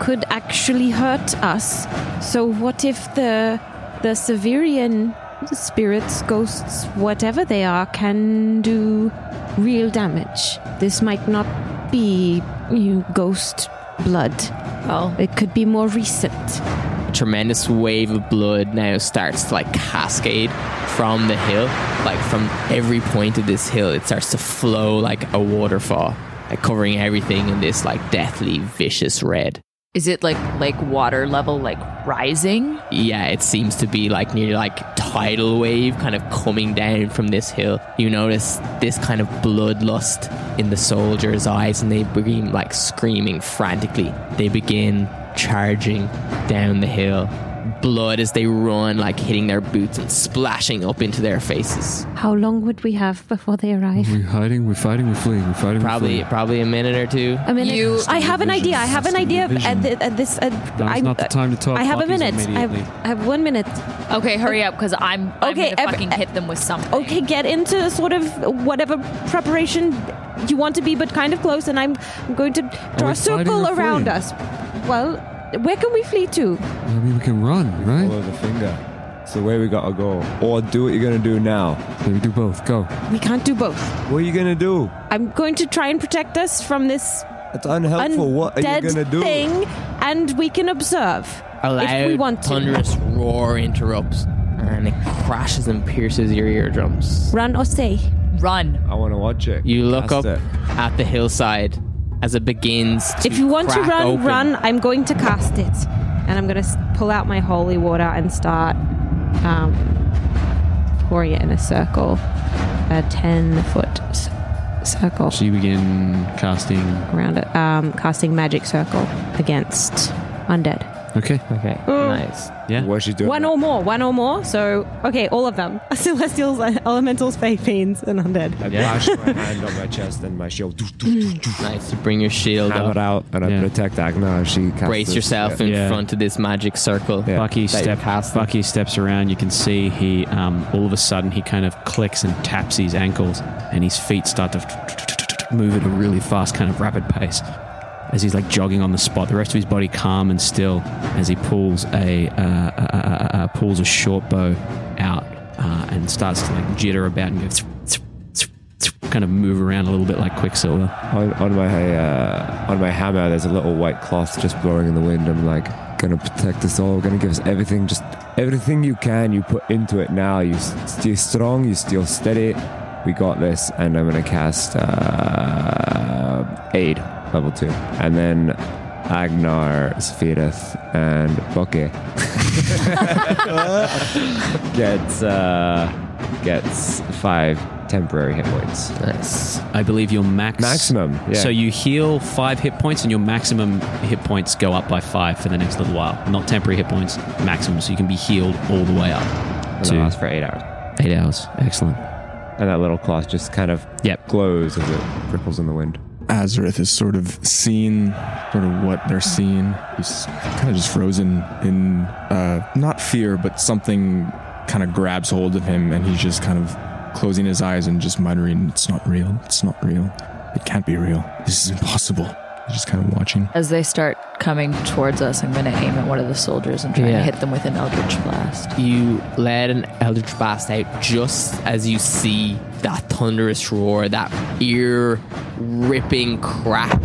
Speaker 6: could actually hurt us. So what if the the Severian spirits, ghosts, whatever they are, can do real damage? This might not be you know, ghost blood.
Speaker 5: Well,
Speaker 6: It could be more recent.
Speaker 2: A tremendous wave of blood now starts to like cascade from the hill, like from every point of this hill. It starts to flow like a waterfall, like covering everything in this like deathly vicious red.
Speaker 5: Is it like like water level like rising?
Speaker 2: yeah, it seems to be like nearly like tidal wave kind of coming down from this hill. You notice this kind of bloodlust in the soldiers' eyes, and they begin like screaming frantically. They begin charging down the hill, blood as they run, like hitting their boots and splashing up into their faces.
Speaker 6: How long would we have before they arrive?
Speaker 3: We're hiding, we're fighting, we're fleeing, we're fighting,
Speaker 2: Probably, probably a minute or two.
Speaker 6: I mean,
Speaker 5: You-
Speaker 6: I have an idea. I have an idea of- at, the, at this. At,
Speaker 3: Now's
Speaker 6: I'm-
Speaker 3: not the time to talk.
Speaker 6: I have a
Speaker 3: Lucky's
Speaker 6: minute. I have,
Speaker 3: immediately.
Speaker 6: I have one minute.
Speaker 5: Okay, hurry up because I'm, I'm
Speaker 6: Okay,
Speaker 5: gonna
Speaker 6: ev-
Speaker 5: fucking hit them with something.
Speaker 6: Okay, get into sort of whatever preparation you want to be, but kind of close. And I'm, I'm going to draw
Speaker 3: we fighting
Speaker 6: a circle
Speaker 3: or
Speaker 6: around
Speaker 3: fleeing?
Speaker 6: us. Well, where can we flee to?
Speaker 3: I mean, we can run, right?
Speaker 7: Follow the finger. It's the way we gotta go. Or do what you're gonna do now.
Speaker 3: Maybe do both. Go.
Speaker 6: We can't do both.
Speaker 7: What are you gonna do?
Speaker 6: I'm going to try and protect us from this
Speaker 7: It's unhelpful. what are you
Speaker 6: undead
Speaker 7: gonna do?
Speaker 6: thing, and we can observe.
Speaker 2: A loud,
Speaker 6: If we want to.
Speaker 2: thunderous roar interrupts, and it crashes and pierces your eardrums.
Speaker 6: Run or stay.
Speaker 5: Run.
Speaker 7: I wanna watch it.
Speaker 2: You look up
Speaker 7: Cast it.
Speaker 2: at the hillside as it begins. To
Speaker 6: If you want to
Speaker 2: crack
Speaker 6: run,
Speaker 2: open.
Speaker 6: run. I'm going to cast it, and I'm going to pull out my holy water and start um, pouring it in a circle, a ten foot s- circle
Speaker 3: So you begin casting.
Speaker 6: around it, um, casting magic circle against undead.
Speaker 3: Okay.
Speaker 2: Okay,
Speaker 6: Mm.
Speaker 2: nice.
Speaker 3: Yeah.
Speaker 7: What's she doing?
Speaker 6: One oh- or more, one or more. So okay, all of them: celestials, elementals, fae fiends, and undead.
Speaker 7: I bash my hand on my chest and my shield. Doof, doof, doof, doof.
Speaker 2: Nice. You bring your shield
Speaker 7: Hammer
Speaker 2: up.
Speaker 7: out and I
Speaker 3: Yeah.
Speaker 7: protect Agna. She casts
Speaker 2: Brace
Speaker 7: this-
Speaker 2: yourself
Speaker 7: Yeah.
Speaker 2: in
Speaker 3: Yeah.
Speaker 2: front of this magic circle.
Speaker 7: Yeah.
Speaker 3: Bucky
Speaker 2: That
Speaker 3: step
Speaker 2: you're casting.
Speaker 3: Bucky steps around. You can see he um, all of a sudden he kind of clicks and taps his ankles, and his feet start to move at a really fast, kind of rapid pace as he's like jogging on the spot. The rest of his body calm and still as he pulls a uh, uh, uh, uh, pulls a short bow out uh, and starts to like jitter about and go kind of move around a little bit like Quicksilver.
Speaker 7: On, on my uh, on my hammer, there's a little white cloth just blowing in the wind. I'm like, gonna protect us all. Gonna give us everything. Just everything you can, you put into it now. You stay strong. You still steady. We got this. And I'm gonna cast uh, aid level two, and then Agnar, Svedeth, and Bucky gets uh, gets five temporary hit points.
Speaker 2: Nice.
Speaker 3: I believe your max
Speaker 7: Maximum. Yeah.
Speaker 3: So you heal five hit points, and your maximum hit points go up by five for the next little while. Not temporary hit points, maximum. So you can be healed all the way up
Speaker 7: and that lasts
Speaker 3: to
Speaker 7: for eight hours.
Speaker 3: eight hours. Excellent.
Speaker 7: And that little cloth just kind of
Speaker 3: Yep.
Speaker 7: glows as it ripples in the wind.
Speaker 4: Azareth has sort of seen sort of what they're seeing. He's kind of just frozen in uh, not fear, but something kind of grabs hold of him, and he's just kind of closing his eyes and just muttering, "It's not real. It's not real. It can't be real. This is impossible." He's just kind of watching.
Speaker 5: As they start coming towards us, I'm gonna aim at one of the soldiers and try
Speaker 2: Yeah.
Speaker 5: to hit them with an eldritch blast.
Speaker 2: You let an eldritch blast out just as you see that thunderous roar, that ear ripping crack,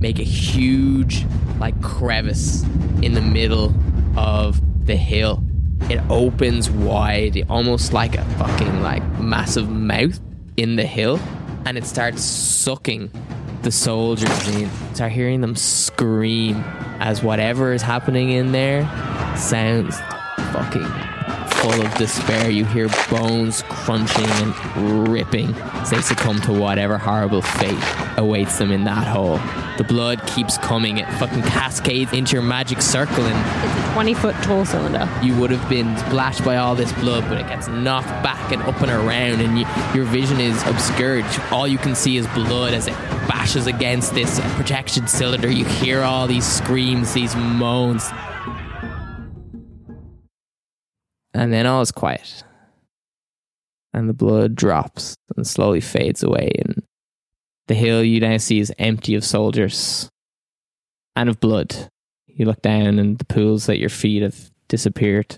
Speaker 2: make a huge, like, crevice in the middle of the hill. It opens wide, almost like a fucking, like, massive mouth in the hill, and it starts sucking the soldiers in. Start hearing them scream as whatever is happening in there sounds fucking full of despair. You hear bones crunching and ripping as they succumb to whatever horrible fate awaits them in that hole. The blood keeps coming. It fucking cascades into your magic circle and
Speaker 6: It's a twenty foot tall cylinder.
Speaker 2: you would have been splashed by all this blood, but it gets knocked back and up and around and you, your vision is obscured. All you can see is blood as it bashes against this protection cylinder. You hear all these screams, these moans. And then all is quiet. And the blood drops and slowly fades away. And the hill you now see is empty of soldiers and of blood. You look down, and the pools at your feet have disappeared.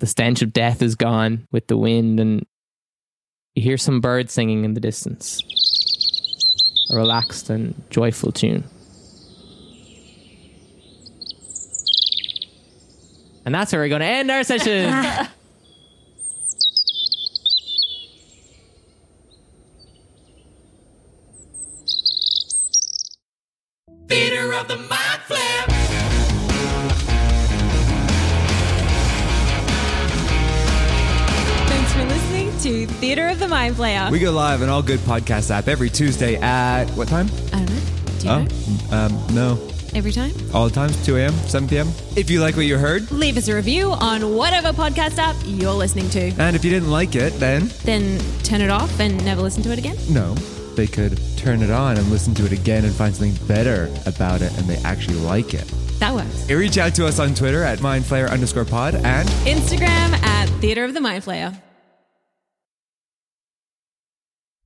Speaker 2: The stench of death is gone with the wind, and you hear some birds singing in the distance. A relaxed and joyful tune. And that's where we're going to end our session.
Speaker 1: Feel
Speaker 13: Theater of the Mind Flip.
Speaker 6: Thanks for listening to Theater of the Mind Player.
Speaker 7: We go live on all good podcast app every Tuesday at what time?
Speaker 6: I don't know. Do you know?
Speaker 7: oh, um, no.
Speaker 6: Every time.
Speaker 7: All the times, 2 a.m., 7 p.m. If you like what you heard,
Speaker 6: Leave us a review on whatever podcast app you're listening to.
Speaker 7: and if you didn't like it, then
Speaker 6: Then turn it off and never listen to it again.
Speaker 7: no, they could turn it on and listen to it again and find something better about it, and they actually like it.
Speaker 6: That works.
Speaker 7: Reach out to us on Twitter at mindflayer underscore pod and
Speaker 6: Instagram at Theater of the Mind Flayer.